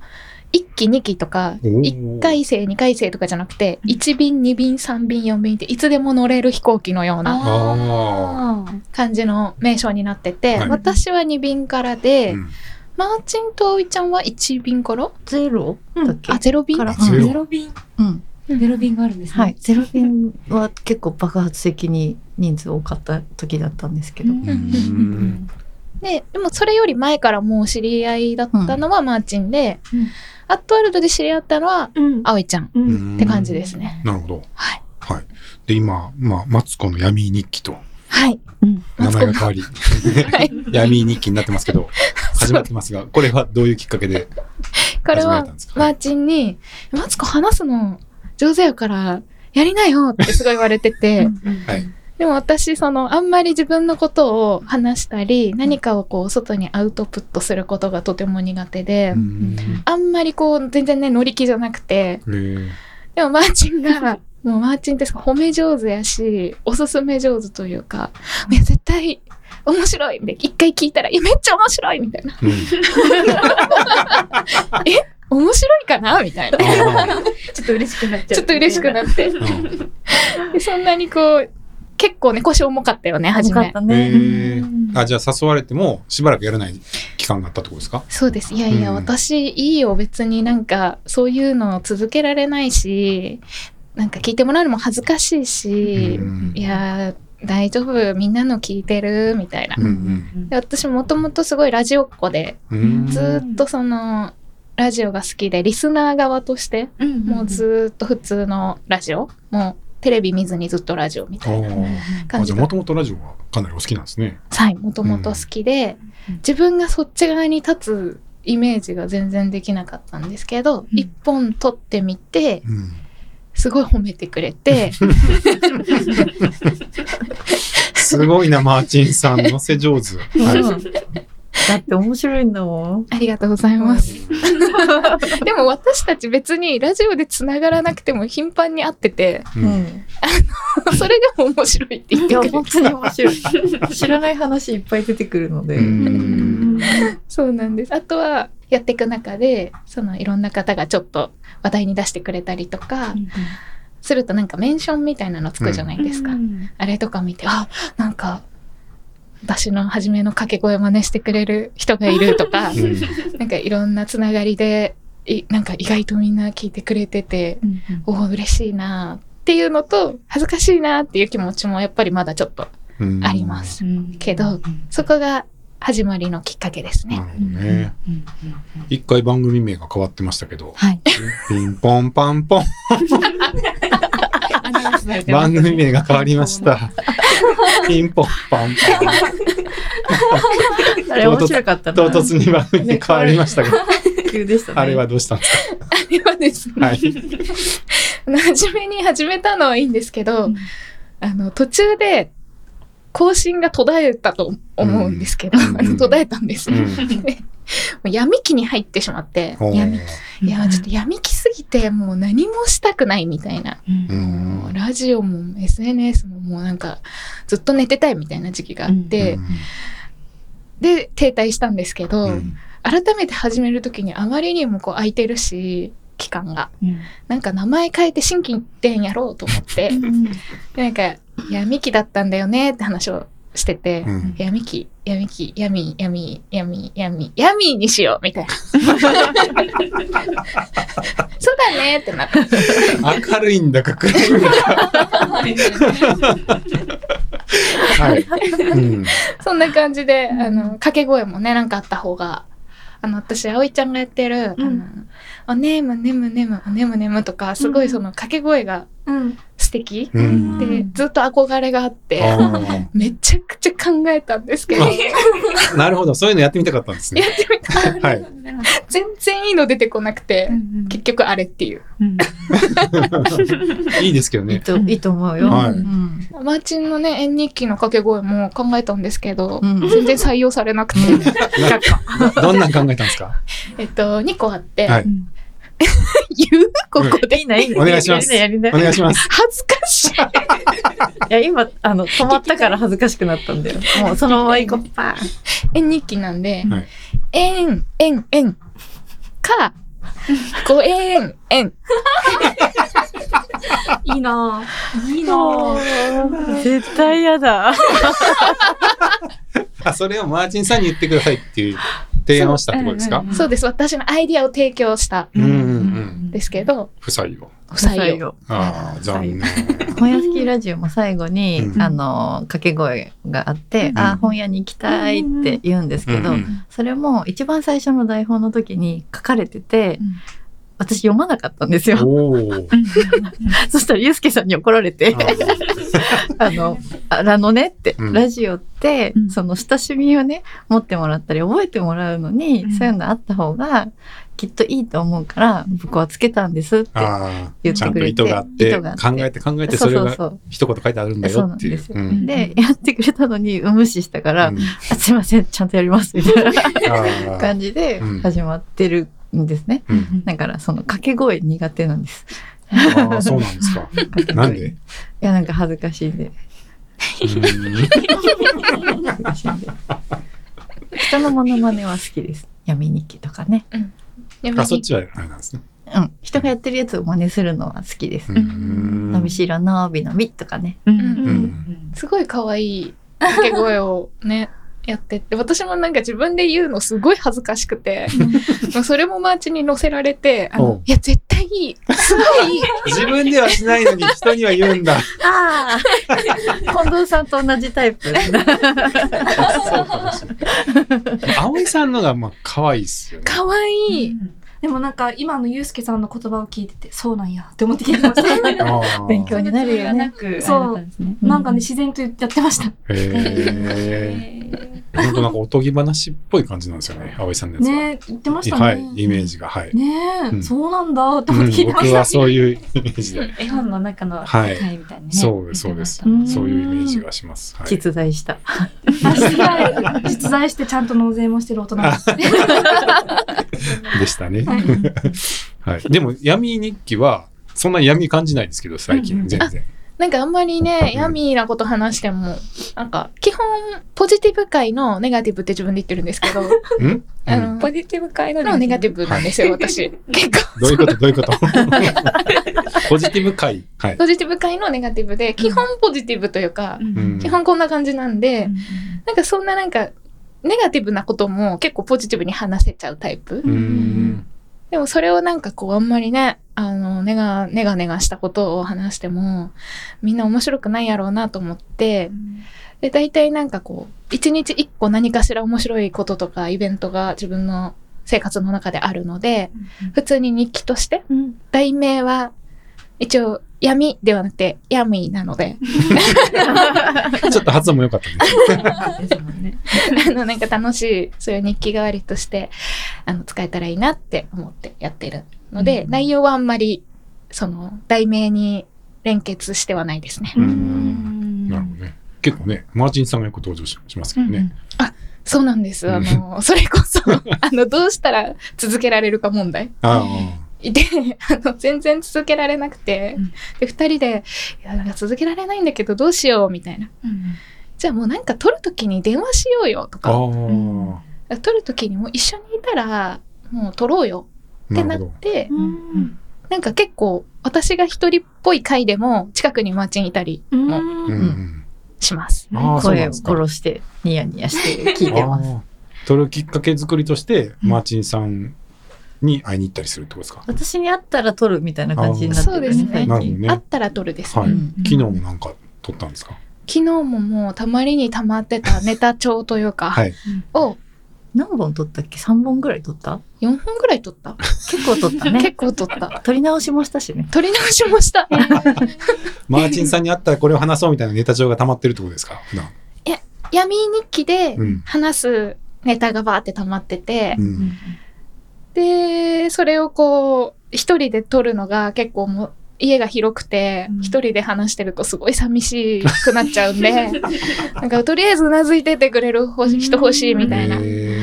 S5: 1期2期とか
S1: おー
S5: 1回生2回生とかじゃなくて1便2便3便4便っていつでも乗れる飛行機のような
S1: あ
S5: 感じの名称になってて、
S1: はい
S5: 私は2便から
S1: あ。
S5: で、
S1: うん
S5: マーチンとおいちゃんは1便から
S3: ゼロだっけ
S5: あゼロ便
S3: から
S1: ゼロ
S2: 便。
S3: うん。
S2: ゼロ便があるんですね。
S3: はい。。ゼロ便は結構爆発的に人数多かった時だったんですけど。
S1: うーん
S5: ででもそれより前からもう知り合いだったのはマーチンで、
S2: うん
S5: アットワールドで知り合ったのは
S4: うん。
S5: 葵ちゃんっ
S4: うん。
S1: って
S5: 感じですね。
S1: なるほど。
S5: はい。
S1: はい。で、今、まあ、マツコの闇日記と
S5: はい。
S1: 名前が変わり、
S5: はい、
S1: 闇日記になってます けど、始まってますが、これはどういうきっかけで
S5: これ
S1: 始まれ
S5: は
S1: たんですか
S5: マーチンに「マツコ話すの上手やからやりなよ」ってすごい言われてて
S1: はい
S5: でも私そのあんまり自分のことを話したり何かをこう外にアウトプットすることがとても苦手で。
S1: うーん
S5: あんまりこう全然ね乗り気じゃなく
S1: へ
S5: て
S1: ー
S5: でもマーチンがもうマーチンって褒め上手やしおすすめ上手というか「いや絶対面白い」みたいな一回聞いたら「いやめっちゃ面白い」みたいな
S1: うん
S5: 「面白いかな?」み たいな
S1: あ
S3: ちょっと嬉しくなっち
S5: ちょっと嬉しく
S3: っ
S5: なって
S1: ーうん
S5: でそんなにこう結構ね腰重かったよ ね
S3: た。
S5: 初
S3: よか
S5: め
S3: ったね。
S1: へーあじゃあ誘われてもしばらくやらない期間があったってことですか
S5: そうですいやいや、
S1: うん
S5: 私いいよ別になんかそういうのを続けられないしなんか聞いてもらうのも恥ずかしいし、
S1: うん
S5: いやー大丈夫みんなの聞いてるみたいな、
S1: うんうん
S5: で私もともとすごいラジオっ子で
S1: うーん
S5: ずーっとそのラジオが好きでリスナー側としてもうずーっと普通のラジオもうテレビ見ずにずっとラジオみたいな
S1: あ
S5: 感
S1: じ
S5: じ
S1: ゃあ
S5: だ
S1: も
S5: っ
S1: ともとラジオはかなりお好きなんですね。
S5: たはいもともと好きで、自分がそっち側に立つイメージが全然できなかったんですけど、一本撮ってみて
S1: うん
S5: すごい褒めてくれ て
S1: すごいなマーチンさん乗せ上手。
S3: う
S1: は
S3: んだって面白いんだもん。
S5: ありがとうございますでも私たち別にラジオでつながらなくても頻繁に会ってて
S1: い。う
S3: うんん。
S5: それでも面白いって言っ
S3: い
S5: て
S3: や
S5: くれ
S3: 本
S5: る
S3: 当に面白い。知らない話いっぱい出てくるので。
S1: う
S4: うんん。
S5: そうなんですあとはやっていく中でそのいろんな方がちょっと話題に出してくれたりとかするとなんかメンションみたいなのつくじゃないですか、あれとか見てあなんか私の初めの掛け声真似してくれる人がいると か
S1: うん
S5: なんかいろんなつながりでいなんか意外とみんな聞いてくれてておお嬉しいなっていうのと恥ずかしいなっていう気持ちもやっぱりまだちょっと
S1: うん
S5: ありま。す、けどそこが始まりのきっかけですね
S1: な。るほどね。一回番組名が変わってましたけど、
S2: はい。
S1: ピンポンパンポン。番組名が変わりました。ピンポンパン
S3: あれ面白かった
S1: パ
S3: な
S1: ン。唐突に番組に変わりましたが、
S3: 急でしたね。
S1: あれはどうしたんです
S5: あれはですね、
S1: かはい。
S5: あの初めに 始めたのはいいんですけど、
S3: うん
S5: あの途中で更新が途絶えたと思うんですけど、
S1: うん
S5: あ の途絶えたんです、
S1: う
S5: よ
S1: ん
S5: でもう闇期に入ってしまって
S1: ほう
S5: 闇いやちょっと闇期すぎてもう何もしたくないみたいな、
S1: う
S5: もうんラジオも SNS ももうなんかずっと寝てたいみたいな時期があって、で停滞したんですけど、
S1: うん
S5: 改めて始める時にあまりにもこう空いてるし期間がなんか名前変えて新規一点やろうと思ってでなんか「闇期だったんだよね」って話をしてて
S1: う
S5: 「
S1: ん
S5: 闇期闇期闇闇闇闇闇にしよう」みたいな「そうだね」ってなって
S1: 明るいんだか暗いんだか。はい。うん
S5: そんな感じであの掛け声もねなんかあった方が。あの私葵ちゃんがやってる「
S4: う
S5: あ
S4: ん
S5: のおねむねむねむおねむねむ」とかすごいその掛け声が
S4: うん。
S5: 素敵
S1: うん
S5: で、
S4: うん
S5: ずっと憧れがあって、
S1: あ
S5: めちゃくちゃ考えたんですけど、
S1: あ
S5: やって
S1: ーなるほど、そういうのやってみたかったんですね。
S5: みたら
S1: はい。
S5: 全然いいの出てこなくて、結局あれっていう。
S1: いいですけど
S3: いい
S1: ね。
S3: といいと思うよ。
S1: はい
S3: うん
S5: マーチンのね、縁日記の掛け声も考えたんですけど、
S3: うん
S5: 全然採用されなくて、
S1: どんなん考えたんですか。
S5: えっと、2個あって、
S1: はい
S5: 言うここで、
S3: いいな、いいな。
S1: お願いします
S3: やりな
S1: お
S3: や
S1: 願
S3: りな
S1: いします。
S5: 恥ずかしい。
S3: いや、今、あの、止まったから恥ずかしくなったんだよ。もう、そのまま行こう。パーン
S5: 縁日記なんで、
S1: はい
S5: 縁、縁、縁か、ご縁、縁。
S4: いいなぁ。いいな
S3: 絶対嫌だ。
S1: あ、それをマーチンさんに言ってくださいっていう提案をしたってことですか。
S5: そうです。私のアイディアを提供した
S1: うんうんうん
S5: んですけど、
S1: 不採用。
S5: 不採用。。
S1: ああ、残念。
S3: 本屋好きラジオも最後に、
S1: うん
S3: あの掛け声があって、
S1: ん
S3: あ本屋に行きたいって言うんですけど、
S1: うんうん
S3: それも一番最初の台本の時に書かれてて、
S2: うん
S3: 私読まなかったんですよ。
S1: おお。
S3: そしたらユうスケさんに怒られて、 あの、あらのねって、
S1: うん
S3: ラジオって、
S2: うん
S3: その親しみをね、持ってもらったり、覚えてもらうのに、
S2: うん
S3: そういうのあった方が、きっといいと思うから、僕はつけたんですって
S1: ああ、
S3: 言っ
S1: ち
S3: て
S1: ゃん
S3: く
S1: と
S3: れて。
S1: 意図があって
S3: 意図があ、
S1: 考えて考えて、そ
S3: そ
S1: うれ
S3: そう
S1: が
S3: そう。
S1: 一言書いてあるんだ
S3: そう
S1: よ
S3: な
S1: っ
S3: ん
S1: てい
S3: で
S1: う
S3: す。よ。
S1: うん
S3: で、やってくれたのに無視したから、
S1: うん
S3: あすいません、ちゃんとやります、みたいな
S1: ああ
S3: 感じで
S1: うん
S3: 始まってるんですね。
S1: うん
S3: だから、その掛け声苦手なんです。
S1: ああ、そうなんですか。 なんで
S3: いや、なんか恥ずかしいんで。
S1: うん
S3: 恥ずかしいんで人のモノマネは好きです。闇日記とかね。
S1: あ、そっちはあれなんですね。
S3: うん。人がやってるやつを真似するのは好きです。
S1: うん
S3: のびしろのびのびとかね。
S5: すごい可愛い掛け声をね、やってって、私もなんか自分で言うのすごい恥ずかしくて、もうそれもマーチに乗せられて、あ
S1: おう
S5: の、いや、絶対いい。すごいいい。
S1: 自分ではしないのに人には言うんだ。
S3: ああ近藤さんと同じ タイプ。
S1: そうかもしれない。葵さんのがまあ可愛いっすよね。
S5: 可愛いい。
S4: でもなんか今のゆうすけさんの言葉を聞いてて、そうなんやって思って聞いてま した。
S1: ああ
S3: 勉強になるよね。
S4: そう。なんかね、自然とやってました。
S1: へえ。本当なんかおとぎ話っぽい感じなんですよね。葵さんのやつは。
S4: ね言ってましたね。
S1: はい、イメージがはい。
S4: ねえ、
S1: うん
S4: そうなんだって
S1: う
S4: 思って聞い
S1: ん
S4: てま
S1: 僕
S4: し
S1: は
S4: た。
S1: そういうイメージで、
S2: 絵本の中の世界みたいなね。
S1: そうですそうです
S4: うん
S1: そういうイメージがします。はい。
S3: 実在した。
S4: 実在 実在してちゃんと納税もしてる大人です。
S1: でしたね。
S4: はい
S1: はい。でも闇日記はそんなに闇感じないですけど最
S4: うんう
S1: 近
S4: ん
S1: 全然。
S5: なんかあんまりね、
S1: うん
S5: 闇なこと話しても、なんか、基本、ポジティブ界のネガティブって自分で言ってるんですけど、
S1: うん？うん
S5: あの、ポ
S2: ポ
S5: ジ
S2: ジティブ界
S5: ティ
S2: の
S5: ブのネガテ
S2: ィ
S5: ィブなんですよ、私。結構。
S1: どういうことどういうこと。ポジティブ回はい。
S5: ポジティブ界のネガティブで、基本ポジティブというか、
S1: うん
S5: 基本こんな感じなんで、なんかそんななんか、ネガティブなことも結構ポジティブに話せちゃうタイプ。
S1: うん。
S5: でもそれをなんかこうあんまりね、あの、ネガ、ネガネガしたことを話しても、みんな面白くないやろうなと思って、で、大体なんかこう、一日一個何かしら面白いこととかイベントが自分の生活の中であるので、普通に日記として、題名は、一応闇ではなくてヤミーなので
S1: ちょっと発音も良かったね。
S3: ですもんね。
S5: あのなんか楽しいそういう日記代わりとしてあの使えたらいいなって思ってやってるので、
S3: うん
S5: 内容はあんまりその題名に連結してはないですね。
S1: う
S4: うんん
S1: なるほどね。結構ね、マーチンさんがよく登場ししますけどね。
S5: そうなんです。あの、それこそ、あの、どうしたら続けられるか問題。
S1: あ
S5: で、あの、全然続けられなくて
S3: うん、
S5: で、二人で、いや、なんか続けられないんだけど、どうしよう、みたいな。じゃあもうなんか撮るときに電話しようよ、と
S1: あ、ああ
S5: か。、撮るときにもう一緒にいたら、もう撮ろうよ、っ
S1: な
S5: て
S1: る
S5: な
S1: ほ
S5: っ
S1: ど。
S5: て、
S4: う
S5: なんか結構、私が一人っぽい回でも、近くにマーチンいたり
S4: ん
S1: う
S4: うんん
S1: うん。
S5: します。
S1: ああ、そうなん
S3: 声
S1: で
S3: を
S1: すか。
S3: 殺してニヤニヤして聞いてます。
S1: ああそれをきっかけ作りとして、マーチンさんに会いに行ったりするってことですか。
S3: 私に会ったら撮るみたいな感じになってるよ
S5: あーそうですね
S3: 最
S1: なるほど
S3: 近。
S5: あっ
S1: ね。
S5: たら撮るですね。
S1: はい。
S3: うん
S1: 昨日もなんか撮ったんですか。
S5: 昨日ももう、たまりに溜まっ てたネタ帳というか、
S1: はい。
S5: を
S3: 何本撮ったっけ ?3 本ぐらい撮った
S5: 4本ぐらい撮った。
S3: 結構撮ったね。
S5: 結構撮った。
S3: 撮り直しもした しね。
S5: 撮り直しました。
S1: マーチンさんに会ったらこれを話そうみたいなネタ帳が溜まってるってことですか。普段。
S5: 闇日記で
S1: うん。
S5: 話すネタがバーって溜まってて
S1: う、ん。
S5: で、それをこう、一人で撮るのが結構もう家が広くて
S3: うん、
S5: 一人で話してるとすごい寂しくなっちゃう んで、なんかとりあえずうなずいててくれるほし人欲しいみたいな
S1: へ。え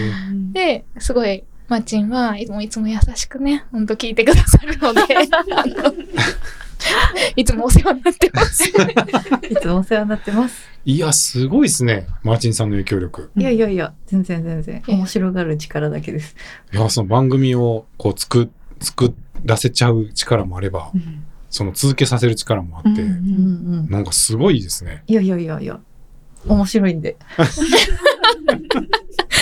S5: で、すごい、マッチンはいつもいつも優しくね、ほんと聞いてくださる ので、あのいつもお世話になってます。
S3: いつもお世話になってます。
S1: いや、すごいですね。マーチンさんの影響力。
S3: いやいやいや、全然全然。面白がる力だけです。
S1: いや、その番組をこう作、作らせちゃう力もあれば、その続けさせる力もあって、
S3: うんうん。
S1: なんかすごいですね。
S3: いやいやいやいや。面白いんで。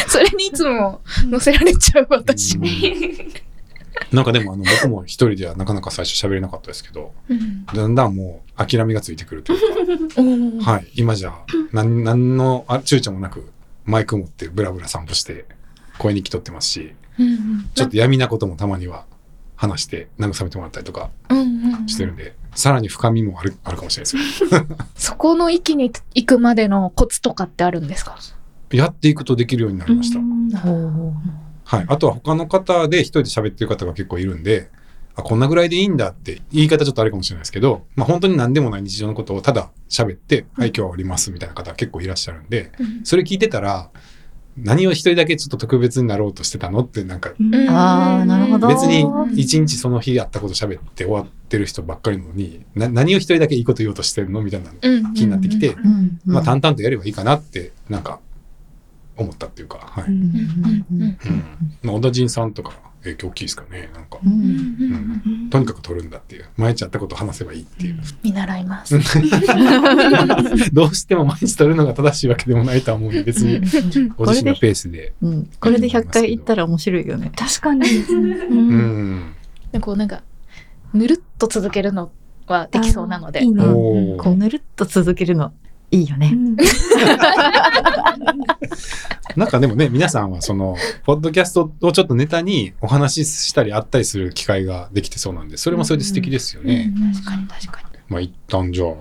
S5: それにいつも乗せられちゃう私。
S1: うんなんかでもあの僕も一人ではなかなか最初喋れなかったですけど、だんだんもう諦めがついてくるという
S5: うん
S1: か、はい、今じゃ何 何のあ躊躇もなくマイク持ってブラブラ散歩して声に気取ってますし、
S5: うん
S1: ちょっと闇なこともたまには話して慰めてもらったりとか
S5: うんうん
S1: してるんで、さらに深みもあるあるかもしれないですよ
S5: そこの域に行くまでのコツとかってあるんですか
S1: やっていくとできるようになりました。はい、あとは他の方で一人で喋ってる方が結構いるんであこんなぐらいでいいんだって言い方ちょっとあれかもしれないですけど、まあ、本当に何でもない日常のことをただ喋って「はい今日は終わります」みたいな方結構いらっしゃるんでそれ聞いてたら何を一人だけちょっと特別になろうとしてたのってなんか
S3: あーなるほど
S1: 別に
S3: うん
S1: 一日その日やったこと喋って終わってる人ばっかりなのにな何を一人だけいいこと言おうとしてるのみたいな気になってきて、
S3: うん
S1: まあ、淡々とやればいいかなってなんか思ったっていうか、はいうんまあ、小田陣さんとか影響大きいですかねなんか。うんとにかく取るんだっていう毎日やったことを話せばいい っていう、
S5: 見習います。
S1: どうしても毎日取るのが正しいわけでもないとは思うんで別にご
S3: これ
S1: 自身
S3: で
S1: の、ペースで
S3: うん、これで100回行ったら面白いよね。
S4: 確かに。
S1: う
S4: うん
S1: ん、
S5: でこうなんかぬるっと続けるのはできそうなので
S4: いい。ね。
S1: お
S3: こう
S1: ー
S3: ぬるっと続けるのいいよ
S4: う
S3: ね。
S4: ん
S1: なんかでもね皆さんはそのポッドキャストをちょっとネタにお話ししたりあったりする機会ができてそうなんでそれもそれで素敵ですよね、
S5: 確かに確かに。
S1: まあ一旦じゃあ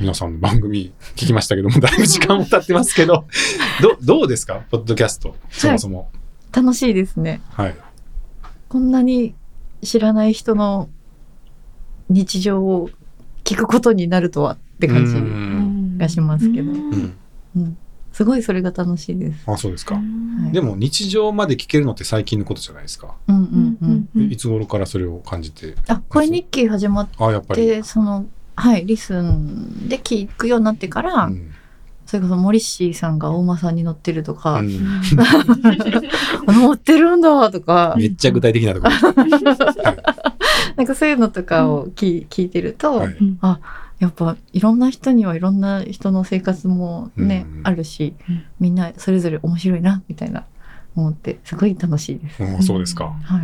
S1: 皆さんの番組聞きましたけどもだいぶ時間も経ってますけどどどうですかポッドキャストそもそも
S3: 楽しいですね。
S1: はい、
S3: こんなに知らない人の日常を聞くことになるとはって感
S1: う
S3: じ
S1: ん
S3: がしますけど、
S1: うん
S3: すごいそれが楽しいです。
S1: あそうですか、
S3: はい
S1: でも日常まで聞けるのって最近のことじゃないですか。
S3: うんうんうん。
S4: うん
S1: いつ頃からそれを感じて。
S3: あ、声日記始まっ
S1: あ、やっぱり。
S3: て、その、はい、リスンで聞くようになってか
S1: う
S3: ら、
S1: ん
S3: それこそモリッシーさんが大間さんに乗ってるとか、
S1: うん
S3: 乗ってるんだとか、
S1: めっちゃ具体的なところ。は
S3: なんかそういうのとかを聞,、聞いてると、
S1: いはい
S3: やっぱいろんな人にはいろんな人の生活もね、
S1: うん
S3: あるし、みんなそれぞれ面白いなみたいな思ってすごい楽しいです。
S1: うんそうですか。
S3: はい、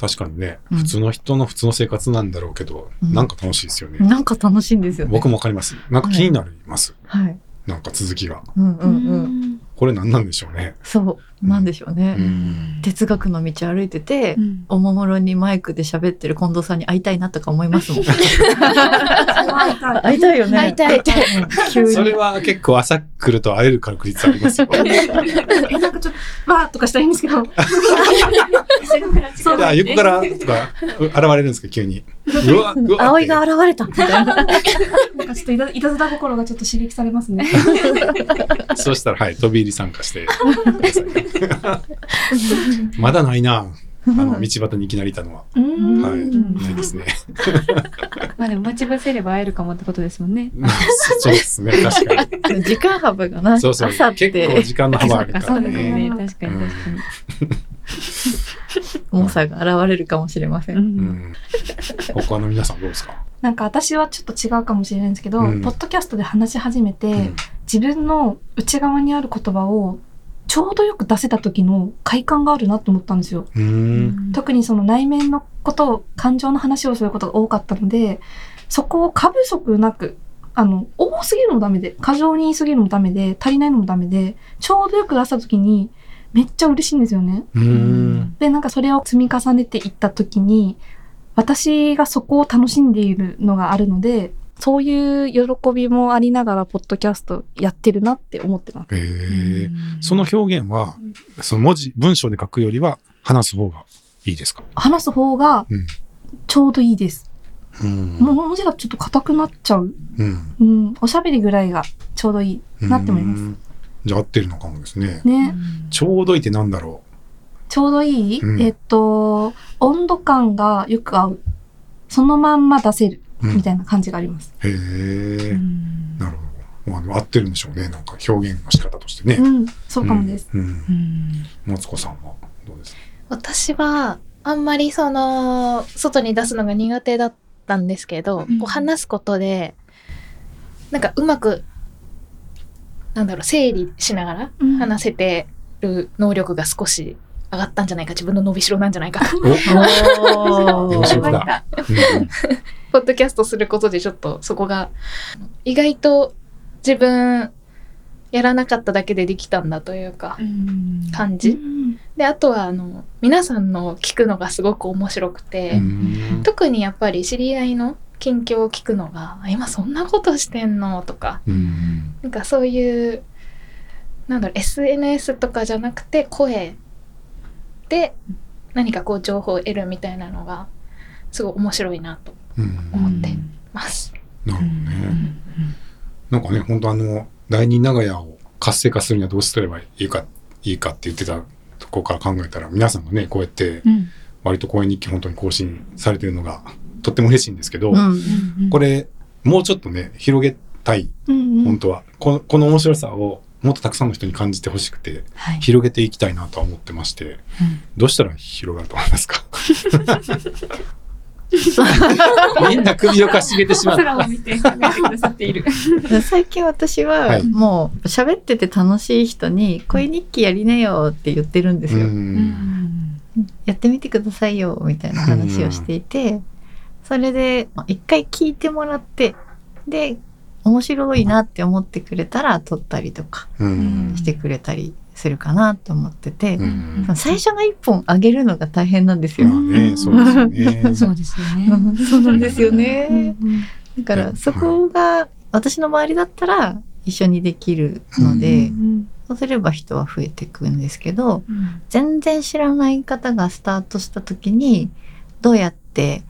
S1: 確かにね、
S3: うん
S1: 普通の人の普通の生活なんだろうけど、
S3: うん
S1: なんか楽しいですよね。
S3: なんか楽しいんですよね。
S1: 僕もわかります。なんか気になります。
S3: はい、
S1: なんか続きが。
S3: うんうんうん、
S1: これ何なんでしょうね。
S3: そうなんでしょうね、
S1: うん
S3: 哲学の道歩いてて、
S2: うん
S3: おもむろにマイクで喋ってる近藤さんに会いたいなとか思いますもん会いたいよね
S5: 会いたい会い
S3: 急
S1: それ
S3: に
S1: は結構朝来ると会える確率ありますよ。
S4: なんかちょっと、わーとかしたいんです けど。そう
S1: じゃあ横からとかう現れるんですか急に。うわうわ
S3: 葵が現 れたみたいな
S4: なんかちょっといたいたずら心がちょっと刺激されます ね。
S1: そうしたらはい飛び入り参加してください。まだないな。あの道端にいきなりいたのは
S4: うん
S1: はい
S2: うん
S1: ないですね。
S2: まあでも待ち伏せれば会えるかもってことですもんね。
S1: そうですね確かに。
S3: 時間幅がな
S1: そうそう
S3: 朝って
S1: 結構時間の幅あるか
S2: そ
S1: ら
S2: うです
S1: ね。
S2: ね。確かに確かに。
S3: 重さが現れるかもしれません、
S1: うんん。他の皆さんどうですか。
S4: なんか私はちょっと違うかもしれないんですけど、
S1: うん
S4: ポッドキャストで話し始めて、
S1: うん
S4: 自分の内側にある言葉をちょうどよく出せた時の快感があるなと思ったんですよ。
S1: うーん。
S4: 特にその内面のことを、感情の話をすることが多かったので、そこを過不足なく、あの、多すぎるのもダメで、過剰に言いすぎるのもダメで、足りないのもダメで、ちょうどよく出した時に、めっちゃ嬉しいんですよね。
S1: うーん。
S4: で、なんかそれを積み重ねていった時に、私がそこを楽しんでいるのがあるので、そういう喜びもありながら、ポッドキャストやってるなって思ってます。
S1: えーその表現はその文字文章で書くよりは話す方がいいですか。
S4: 話す方が
S1: うん、
S4: ちょうどいいです。
S1: うん
S4: もう文字がちょっと硬くなっちゃう。
S1: うん。
S4: うん、おしゃべりぐらいがちょうどいい。なって思います
S1: うん。じゃあ合ってるのかもですね。
S4: ね。
S1: ちょうどいいってなんだろ
S4: ちょうどいい、
S1: うん
S4: えっと、温度感がよく合う。そのまんま出せる。
S1: う。うん
S4: みたいな感じがあります。
S1: へえ。なるほど。まあでも合ってるんでしょうね。なんか表現の仕方として
S4: う
S1: ね。
S4: ん、そうかもです。
S1: うん。うん。もつこさんはどうですか。
S5: 私はあんまりその外に出すのが苦手だったんですけど、
S2: うん
S5: こう話すことでなんかうまくなんだろう整理しながら
S4: うん
S5: 話せてる能力が少し上がったんじゃないか自分の伸びしろなんじゃないかと
S1: お、面白
S5: 思
S1: い
S5: いま
S1: な
S5: し。たポッドキャストすることでちょっとそこが意外と自分やらなかっただけでできたんだというか感じ、であとはあの皆さんの聞くのがすごく面白くて、
S1: うん
S5: 特にやっぱり知り合いの近況を聞くのが「あ今そんなことしてんの?」とか
S1: うん。
S5: なんかそういうなんだろう SNS とかじゃなくて声で何かこう情報を得るみたいなのがすごい面白いなと
S1: うん。
S5: 思ってます。
S1: なるほどね。なんかね、本当あの、第二長屋を活性化するにはどうすればいいか、いいかって言ってたとこから考えたら、皆さんがね、こうやって、割と公演日記本当に更新されてるのが、とっても嬉しいんですけど、
S3: うん
S1: これ、もうちょっとね、広げたい、
S4: うんう
S1: 本
S4: ん。
S1: 当は。このこの面白さを、もっとたくさんの人に感じてほしくて、
S3: はい
S1: 広げていきたいなとは思ってまして、どうしたら広がると思いますかみんな首をかしげてしまった。
S2: 空を見て考えてくださっている。
S3: 最近私
S1: は
S3: はいもう喋ってて楽しい人に「声日記やりなよ」って言ってるんですよ。
S1: うん
S3: やってみてくださいよみたいな話をしていてそれでまあ一回聞いてもらってで面白いなって思ってくれたら撮ったりとか
S1: うん
S3: してくれたりするかなと思ってて
S1: う、んま
S3: 最初の一本上げるのが大変なんですよ。
S1: あね、そうですよね。
S2: そうですよね。
S3: そうなんですよね。
S4: うん
S3: だからそこが私の周りだったら一緒にできるので、そうすれば人は増えていくんですけど、全然知らない方がスタートした時にどうやって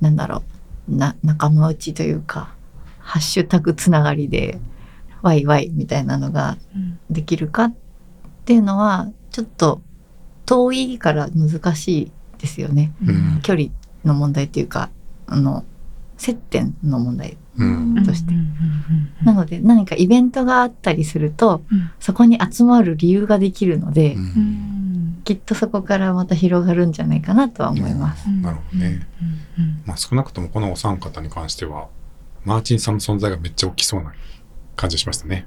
S3: なんだろうな仲間内というかハッシュタグつながりでワイワイみたいなのができるかっていうのはちょっと遠いから難しいですよね。
S1: うん
S3: 距離の問題というかあの接点の問題
S1: うん
S3: として。なので何かイベントがあったりすると、そこに集まる理由ができるので、
S1: うん
S3: きっとそこからまた広がるんじゃないかなとは思います。
S1: なるほどね。まあ少なくともこのお三方に関しては、マーチンさんの存在がめっちゃ大きそうな感じがしましたね。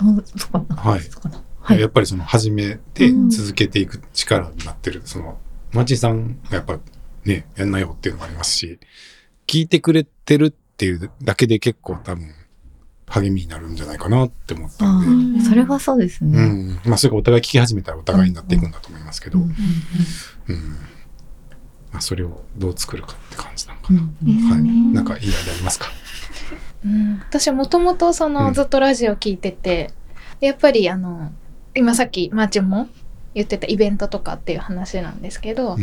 S3: ほんそこかな
S1: はい
S3: そこかなはい
S1: やっぱりその始めて
S3: うん
S1: 続けていく力になってる、そのマーチンさんがやっぱねやんなよっていうのもありますし聞いてくれてるっていうだけで結構多分励みになるんじゃないかなって思ったんで、
S4: うん
S3: それはそうです
S1: う
S3: ね。
S1: んまあ、それがお互い聞き始めたらお互いになっていくんだと思いますけど、
S3: う
S1: うんんまあ、それをどう作るかって感じなのか
S3: う
S1: な。
S3: ん
S1: はい、
S2: ん
S1: なんかいいアイデアありますか。
S5: うん、私もともとそうの
S1: ん
S5: ずっとラジオ聞いてて、やっぱりあの今さっきマーチンも言ってたイベントとかっていう話なんですけど、
S1: うん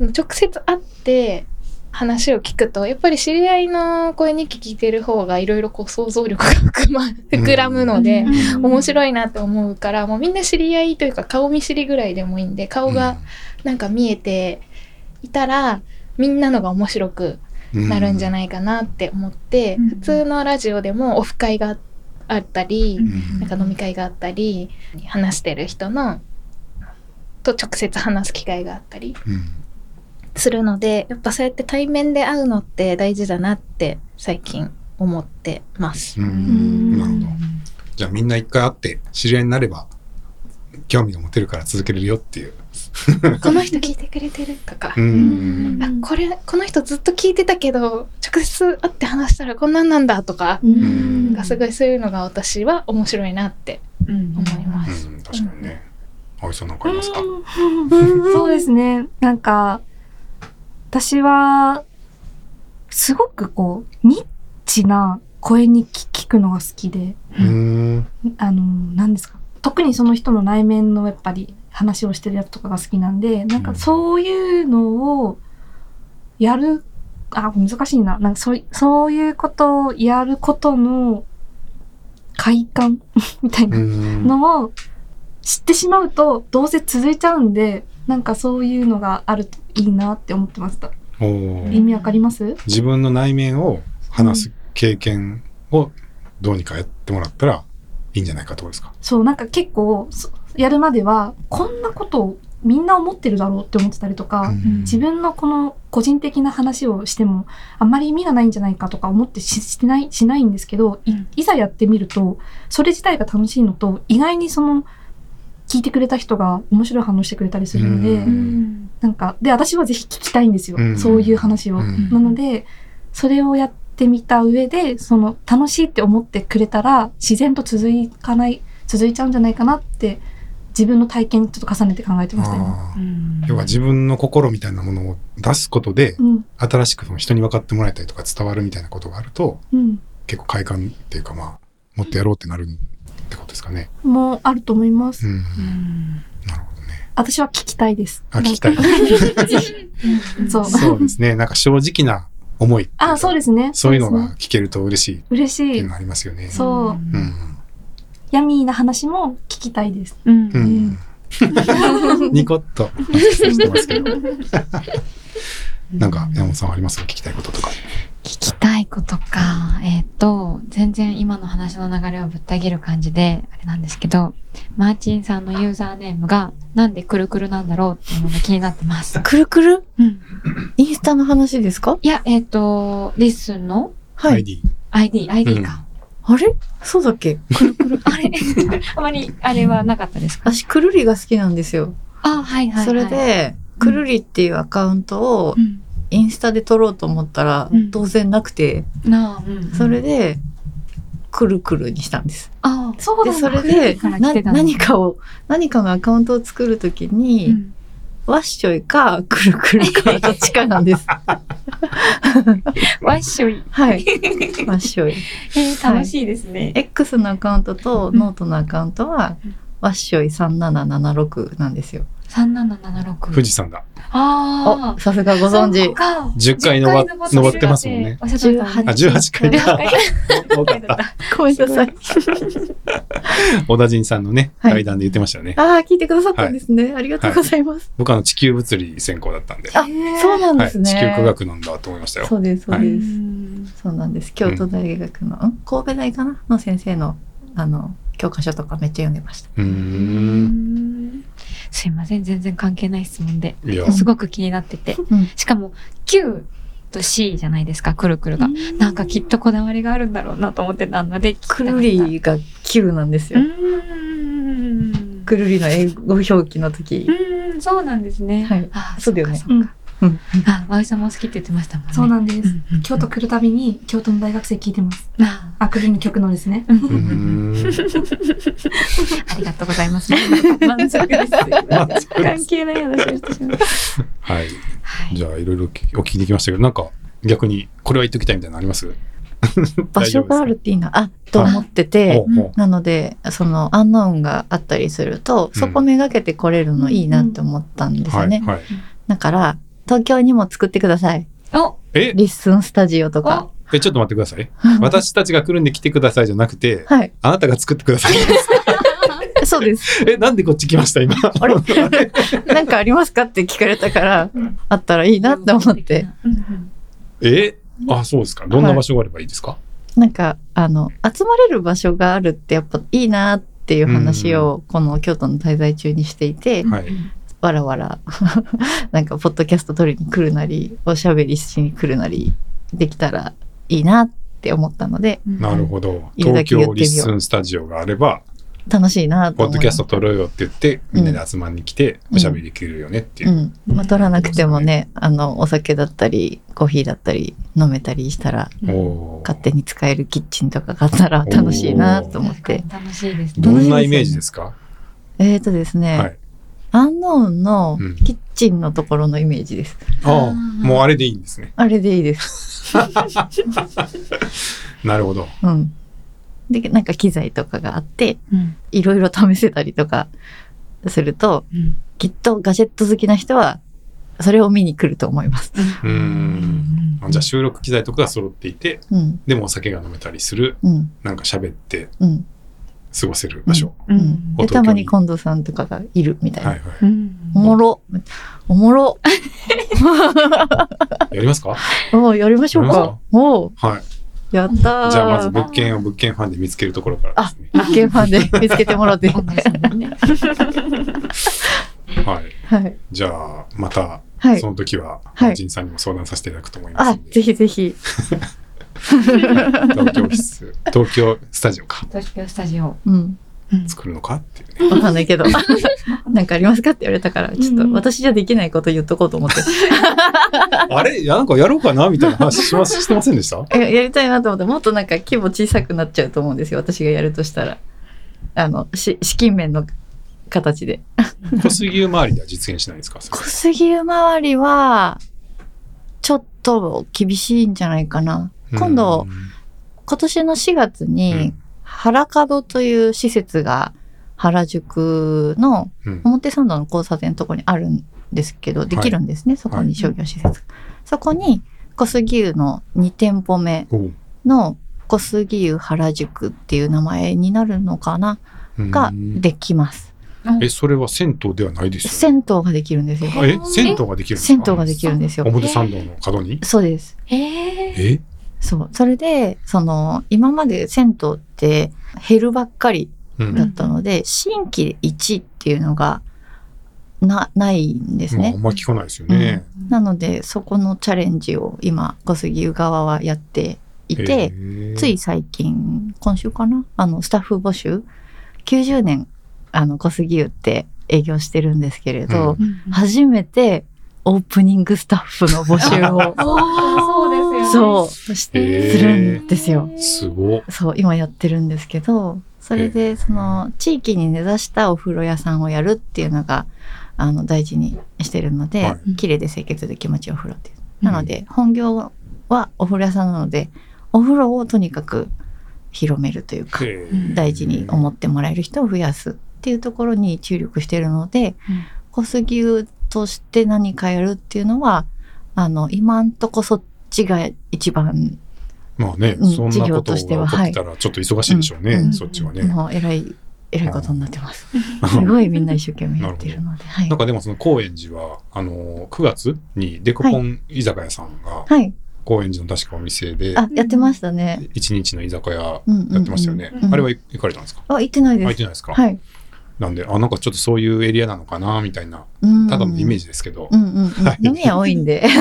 S5: 直接会って話を聞くとやっぱり知り合いの声日記聞いてる方がいろいろこう想像力が膨ま膨らむので、面白いなと思うからもうみんな知り合いというか顔見知りぐらいでもいいんで顔がなんか見えていたらみんなのが面白くなるんじゃ
S1: い、
S5: ないかなって思って、
S2: うん
S5: 普通のラジオでもオフ会があったり、
S2: うん
S1: うん
S5: なんか飲み会があったり話してる人のと直接話す機会があったり
S1: うん
S5: するのでやっぱそうやって対面で会うのって大事だなって最近思ってます。
S1: うん
S4: ん
S1: なるほどじゃあみんな一回会って知り合いになれば興味が持てるから続けれるよっていう。
S5: この人聞いてくれてるとか、
S1: うん
S5: あこれこの人ずっと聞いてたけど直接会って話したらこんなんなんだとか、
S1: ん
S5: なんかすごいそういうのが私は面白いなって思いま
S1: う
S5: す。
S1: ん、確かにね。葵さんなんかありますか。
S4: そうですね。なんか、私は、すごくこう、ニッチな声に聞くのが好きで、
S1: うん。
S4: あの、何ですか。特にその人の内面のやっぱり話をしてるやつとかが好きなんで、なんかそういうのをやる、あ、難しいな。なんかそういそういうことをやることの快感 みたいな
S1: うん
S4: のを知ってしまうとどうせ続いちゃうんでなんかそういうのがあるといいなって思ってました
S1: おー
S4: 意味わかります
S1: 自分の内面を話す経験をどうにかやってもらったらいいんじゃないかってことですか。
S4: そうなんか結構そやるまではこんなことをみんな思ってるだろうって思ってたりとか、
S1: うん
S4: 自分のこの個人的な話をしてもあんまり意味がないんじゃないかとか思ってししてないしないんですけどい,、
S2: うん
S4: ざやってみるとそれ自体が楽しいのと意外にその聞いてくれた人が面白い反応してくれたりするので、
S1: うん
S4: なんか、で、私はぜひ聞きたいんですよ。
S1: うん
S4: そういう話を。
S1: うん
S4: なので、それをやってみた上で、その、楽しいって思ってくれたら、自然と続かない、続いちゃうんじゃないかなって、自分の体験にちょっと重ねて考えてました、今。
S1: あー要は自分の心みたいなものを出すことで
S4: うん、
S1: 新しくその人に分かってもらえたりとか伝わるみたいなことがあると
S4: うん。
S1: 結構快感っていうかまあもっとやろうってなるってことですかね。
S4: もう、あると思います。
S1: うん、なるほどね。
S4: 私は聞きたいです。
S1: あ聞きたい。
S4: そう。
S1: そうですね。なんか正直な思いっていか。
S4: あ、そうですね。
S1: そういうの
S4: です
S1: が
S4: ね。
S1: 聞けると嬉しいっ
S4: 嬉して
S1: いう
S4: い
S1: の。ありますよね。
S4: そ
S1: う
S4: う。
S1: ん。
S4: ヤミーな話も聞きたいです。
S2: うん
S1: う
S2: うん
S1: ん。ニコッとしてますけど。なんか山本さんはありますか聞きたいこととか。
S2: 聞きたいことか、えっ、と、全然今の話の流れをぶった切る感じで、あれなんですけど、マーチンさんのユーザーネームが、なんでくるくるなんだろうっていうのが気になってます。
S3: くるくる
S2: うん
S3: インスタの話ですか
S2: いや、えっ、と、リッスンの
S3: はい
S1: ID。
S2: ID、ID か。
S3: あれそうだっけ
S2: あれ あまり、あれはなかったですか
S3: 私、くるりが好きなんですよ。
S2: あ、はいはい、はい。
S3: それ、で、くるりっていうアカウントを
S2: うん。
S3: インスタで撮ろうと思ったら
S2: うん、
S3: 当然なくて、
S2: なあ、うん。
S3: それで、くるくるにしたんです。
S2: あ
S4: そう
S3: で、
S4: なん
S3: それ
S4: だ。
S2: くる
S3: で
S2: りから、来
S3: な
S2: てたの
S3: 何かを、何かのアカウントを作るとき
S2: あ、
S3: に、
S2: うん
S3: ワッショイか、くるくるか、どっちかなんです。
S2: わっしょい。
S3: はい。ワッショイ。
S2: えー、楽しいですね。
S3: X のアカウントとノートのアカウントは
S2: うん、
S3: ワッショイ3776なんですよ。
S2: 3776。
S1: 富士山だ。
S2: あ
S3: お、
S2: あ。
S3: さすがご存
S2: そ
S3: 知
S2: う。か
S1: 10回登っ登ってますもんね。
S2: おっしゃってましたね
S1: あ、18回だ。わかった
S3: ごめんなさい。
S1: 小田人さんのね、
S3: はい
S1: 対談で言ってましたよね。
S3: ああ、聞いてくださったんですね。ありがとうございます。
S1: 僕あの地球物理専攻だったんで。
S3: あそうなん
S1: は
S3: で
S1: い、
S3: すね。
S1: 地球科学なんだと思いましたよ。
S3: そうです、そう
S1: は
S3: です。そうなんです。京都大学の、ん神戸大かなの先生の、あの、教科書とかめっちゃ読んでました。
S1: うーん。
S2: すいません全然関係ない質問で
S1: いや、
S2: すごく気になってて、
S3: うん
S2: しかも Q と C じゃないですかくるくるが、なんかきっとこだわりがあるんだろうなと思ってたので
S3: くるりが Q なんです
S2: う
S3: よ。
S2: ーん
S3: くるりの英語表記の時。
S2: うーんそうなんですね、
S3: はい
S2: あー
S3: そうだよね
S2: っかっか
S3: うん
S2: あ、葵さんも好きって言ってましたもんね。
S4: そう
S2: な
S4: なんです、
S2: ん
S4: 京都来るたびに京都の大学生聞いてます
S2: あ
S4: あくびの曲のですね
S1: うーん
S2: ありがとうございます。満足です。
S1: 満足で
S2: 関
S1: す
S2: 係ない話をしてしまった。
S1: はい。
S2: はい。
S1: じゃあ、いろいろお聞きできましたけど、なんか、逆に、これは言っときたいみたいなのあります
S3: 場所があるっていいなあと思って
S1: 大
S3: て
S1: 丈夫ですかおうおう
S3: なのでそのアンノーンがあったりするとそこめがけて来れるのいいなって思ったんですよね、
S1: はいはい。
S3: だから東京にも作ってください
S2: お、
S1: え、
S3: リッスンスタジオとか
S1: え、ちょっと待ってください。私たちが来るんで来てくださいじゃなくて、
S3: はい
S1: あなたが作ってくだ さい。
S3: そうです
S1: え、なんでこっち来ました今。
S3: あれなんかありますかって聞かれたからあったらいいなって思って
S1: え、あ、そうですか。どんな場所があればいいですか。
S3: なんかあの集まれる場所があるってやっぱいいなっていう話をこの京都の滞在中にしていて、
S1: はい。
S3: わらわら なんかポッドキャスト撮りに来るなりおしゃべりしに来るなりできたらいいなって思ったので
S1: なるほど。
S3: いるだ
S1: 東
S3: け言ってみよ
S1: 京
S3: う
S1: リッスンスタジオがあれば、
S3: 楽しいなと
S1: ポッ
S3: 思
S1: ド
S3: いま
S1: キャ
S3: す
S1: スト撮ろうよって言って、みんなで集まりに来て、
S3: うん
S1: おしゃべりできるよねっていうう。
S3: ん、まあ、撮らなくてもねあのお酒だったりコーヒーだったり飲めたりしたら
S1: おー
S3: 勝手に使えるキッチンとかがあったら楽しいなと思って
S2: 楽しいですね。
S1: どんなイメージですか。
S3: えっ、ー、とですね、
S1: はい。
S3: アンノーンの
S1: うん
S3: キッチンのところのイメージです
S1: ああ、もうあれでいいんですね。
S3: あれでいい です
S1: なるほど。
S3: うんでなんか機材とかがあって
S2: うん
S3: いろいろ試せたりとかすると
S2: うん
S3: きっとガジェット好きな人はそれを見に来ると思います。
S1: うーん。じゃあ収録機材とかが揃っていて、
S3: うん、
S1: でもお酒が飲めたりする、
S3: うん、
S1: なんか喋って
S3: うん。
S1: 過ごせる場所。
S2: う
S3: うんん、
S1: お東
S3: で
S1: 京
S3: た
S1: に
S3: まに近藤さんとかがいるみたいな。
S1: はいは
S2: うん
S3: おもろおも ろ
S1: い。やりますか。
S3: おうやりましょう
S1: やりま
S3: か。おう
S1: はい。
S3: やったー。
S1: じゃあまず物件を物件ファンで見つけるところからですね。
S3: 物件フ ァンで見つけてもらって。
S2: 近藤さんにね
S1: はい。
S3: はい。
S1: じゃあまた
S3: はい
S1: そ。の時は、
S3: はい
S1: 仁さんにも相談させていただくと思います
S3: あ
S1: ん、で、
S3: ぜひぜひ。
S1: 東京室、東京スタジオか、
S2: 東京スタジオ。
S3: うん。
S1: 作るのかっていうね。
S3: わかんない けど。なんかありますかって言われたから、ちょっと私じゃできないこと言っとこうと思って。
S1: あれいやなんかやろうかなみたいな話しますしてませんでした
S3: えやりたいなと思ってもっとなんか規模小さくなっちゃうと思うんですよ私がやるとしたらあのし資金面の形で
S1: 小杉湯周りでは実現しないんですかそれ
S3: 小杉湯周りはちょっと厳しいんじゃないかな今度今年の4月
S1: うん、
S3: に原門という施設が原宿の
S1: うん
S3: 表参道の交差点のとこにあるんですけどできるんですね、そこ
S1: はい
S3: に商業施設が、そこに小杉湯の2店舗目
S1: おう
S3: の小杉湯原宿っていう名前になるのかな
S1: うん
S3: ができます。
S1: え、それは銭湯ではないですよ、ね。
S3: 銭湯ができるんですよ。
S1: あえ、銭湯ができるんです
S3: 銭
S1: か
S3: 湯ができるんですよ。
S1: 表参道の角に
S3: そうです。
S2: え
S1: え
S3: そう。それで、その、今まで銭湯って減るばっかり
S1: うん
S3: だったので、新規1っていうのがな、ないんです
S1: まあ、あ
S3: ね
S1: ん。ま聞かないですよね。
S3: なので、そこのチャレンジを今、小杉湯側はやっていて、
S1: へえ、
S3: つい最近、今週かなあの、スタッフ募集 ?90 年、あの、小杉湯って営業してるんですけれど、初めてオープニングスタッフの募集 を、
S2: そうですよね。
S3: そう、し
S1: へー
S3: するんですよ。
S1: すごっ。
S3: そう、今やってるんですけど、それ
S1: へ
S3: で、
S1: ー
S3: その、地域に根ざしたお風呂屋さんをやるっていうのが、あの、大事にしてるので、
S1: は
S3: 綺麗で清潔で気持ちいいお風呂っていう。なので、本業はお風呂屋さんなので、お風呂をとにかく広めるというか、
S1: へえ
S3: 大事に思ってもらえる人を増やすっていうところに注力してるので、
S2: うん
S3: 小杉湯として何かやるっていうのはあの今んとこそっちが一番
S1: まあね、
S3: うん
S1: そんな
S3: 事
S1: こ
S3: 業
S1: と
S3: と
S1: が
S3: し
S1: 起
S3: て
S1: こ
S3: は
S1: ってたらちょっと忙しいでしょうね、
S3: うん
S1: そっちはね。
S3: もう偉い偉いことになってます。すごいみんな一生懸命やってるので。は い
S1: なんかでもその高円寺はあの9月にデコポン居酒屋さんが
S3: はい。
S1: 高円寺の確かお店で
S3: あ、やってましたね。
S1: 一日の居酒屋
S3: うんうんうん
S1: やってましたよね。
S3: うん
S1: あれは行かれたんですか
S3: あ、行ってない
S1: あ行っ
S3: です
S1: て。ないですか、
S3: はい。
S1: なんであなんかちょっとそういうエリアなのかなみたいなた
S3: た
S1: だのイメー
S3: ジ。
S1: ジですけど、
S3: うんうんうん
S1: はい。
S3: 飲み屋多いんで。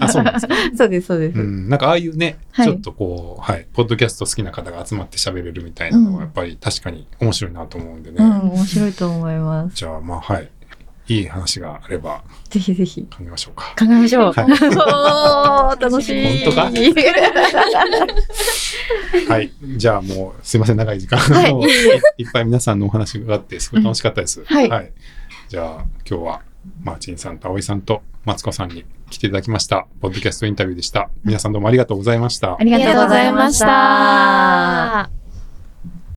S1: あそうなんですか、
S3: そうですそうです
S1: う。ん、なんかああいうね、
S3: はい
S1: ちょっとこうはいポッドキャスト好きな方が集まって喋れるみたいなの
S3: うん
S1: はやっぱり確かに面白いなと思うんでね、
S3: うん、面白いと思います。
S1: じゃあまあはいいい話があれば
S3: ぜひぜひ。
S1: 考えましょうか。
S3: 考えましょう。
S1: はい
S3: おー楽しい。
S1: 本当か
S3: は
S1: はい。じゃあもう、すいません、長い時間、
S3: はい
S1: もうい いっぱい皆さんのお話があって、すごい楽しかったです。
S3: はい
S1: じゃあ、今日は、マーチンさんと葵さんと、マツコさんに来ていただきました。ポッドキャストインタビューでした。皆さんどうもありがとうございました。
S3: ありがとうございました。
S5: ありがとうございました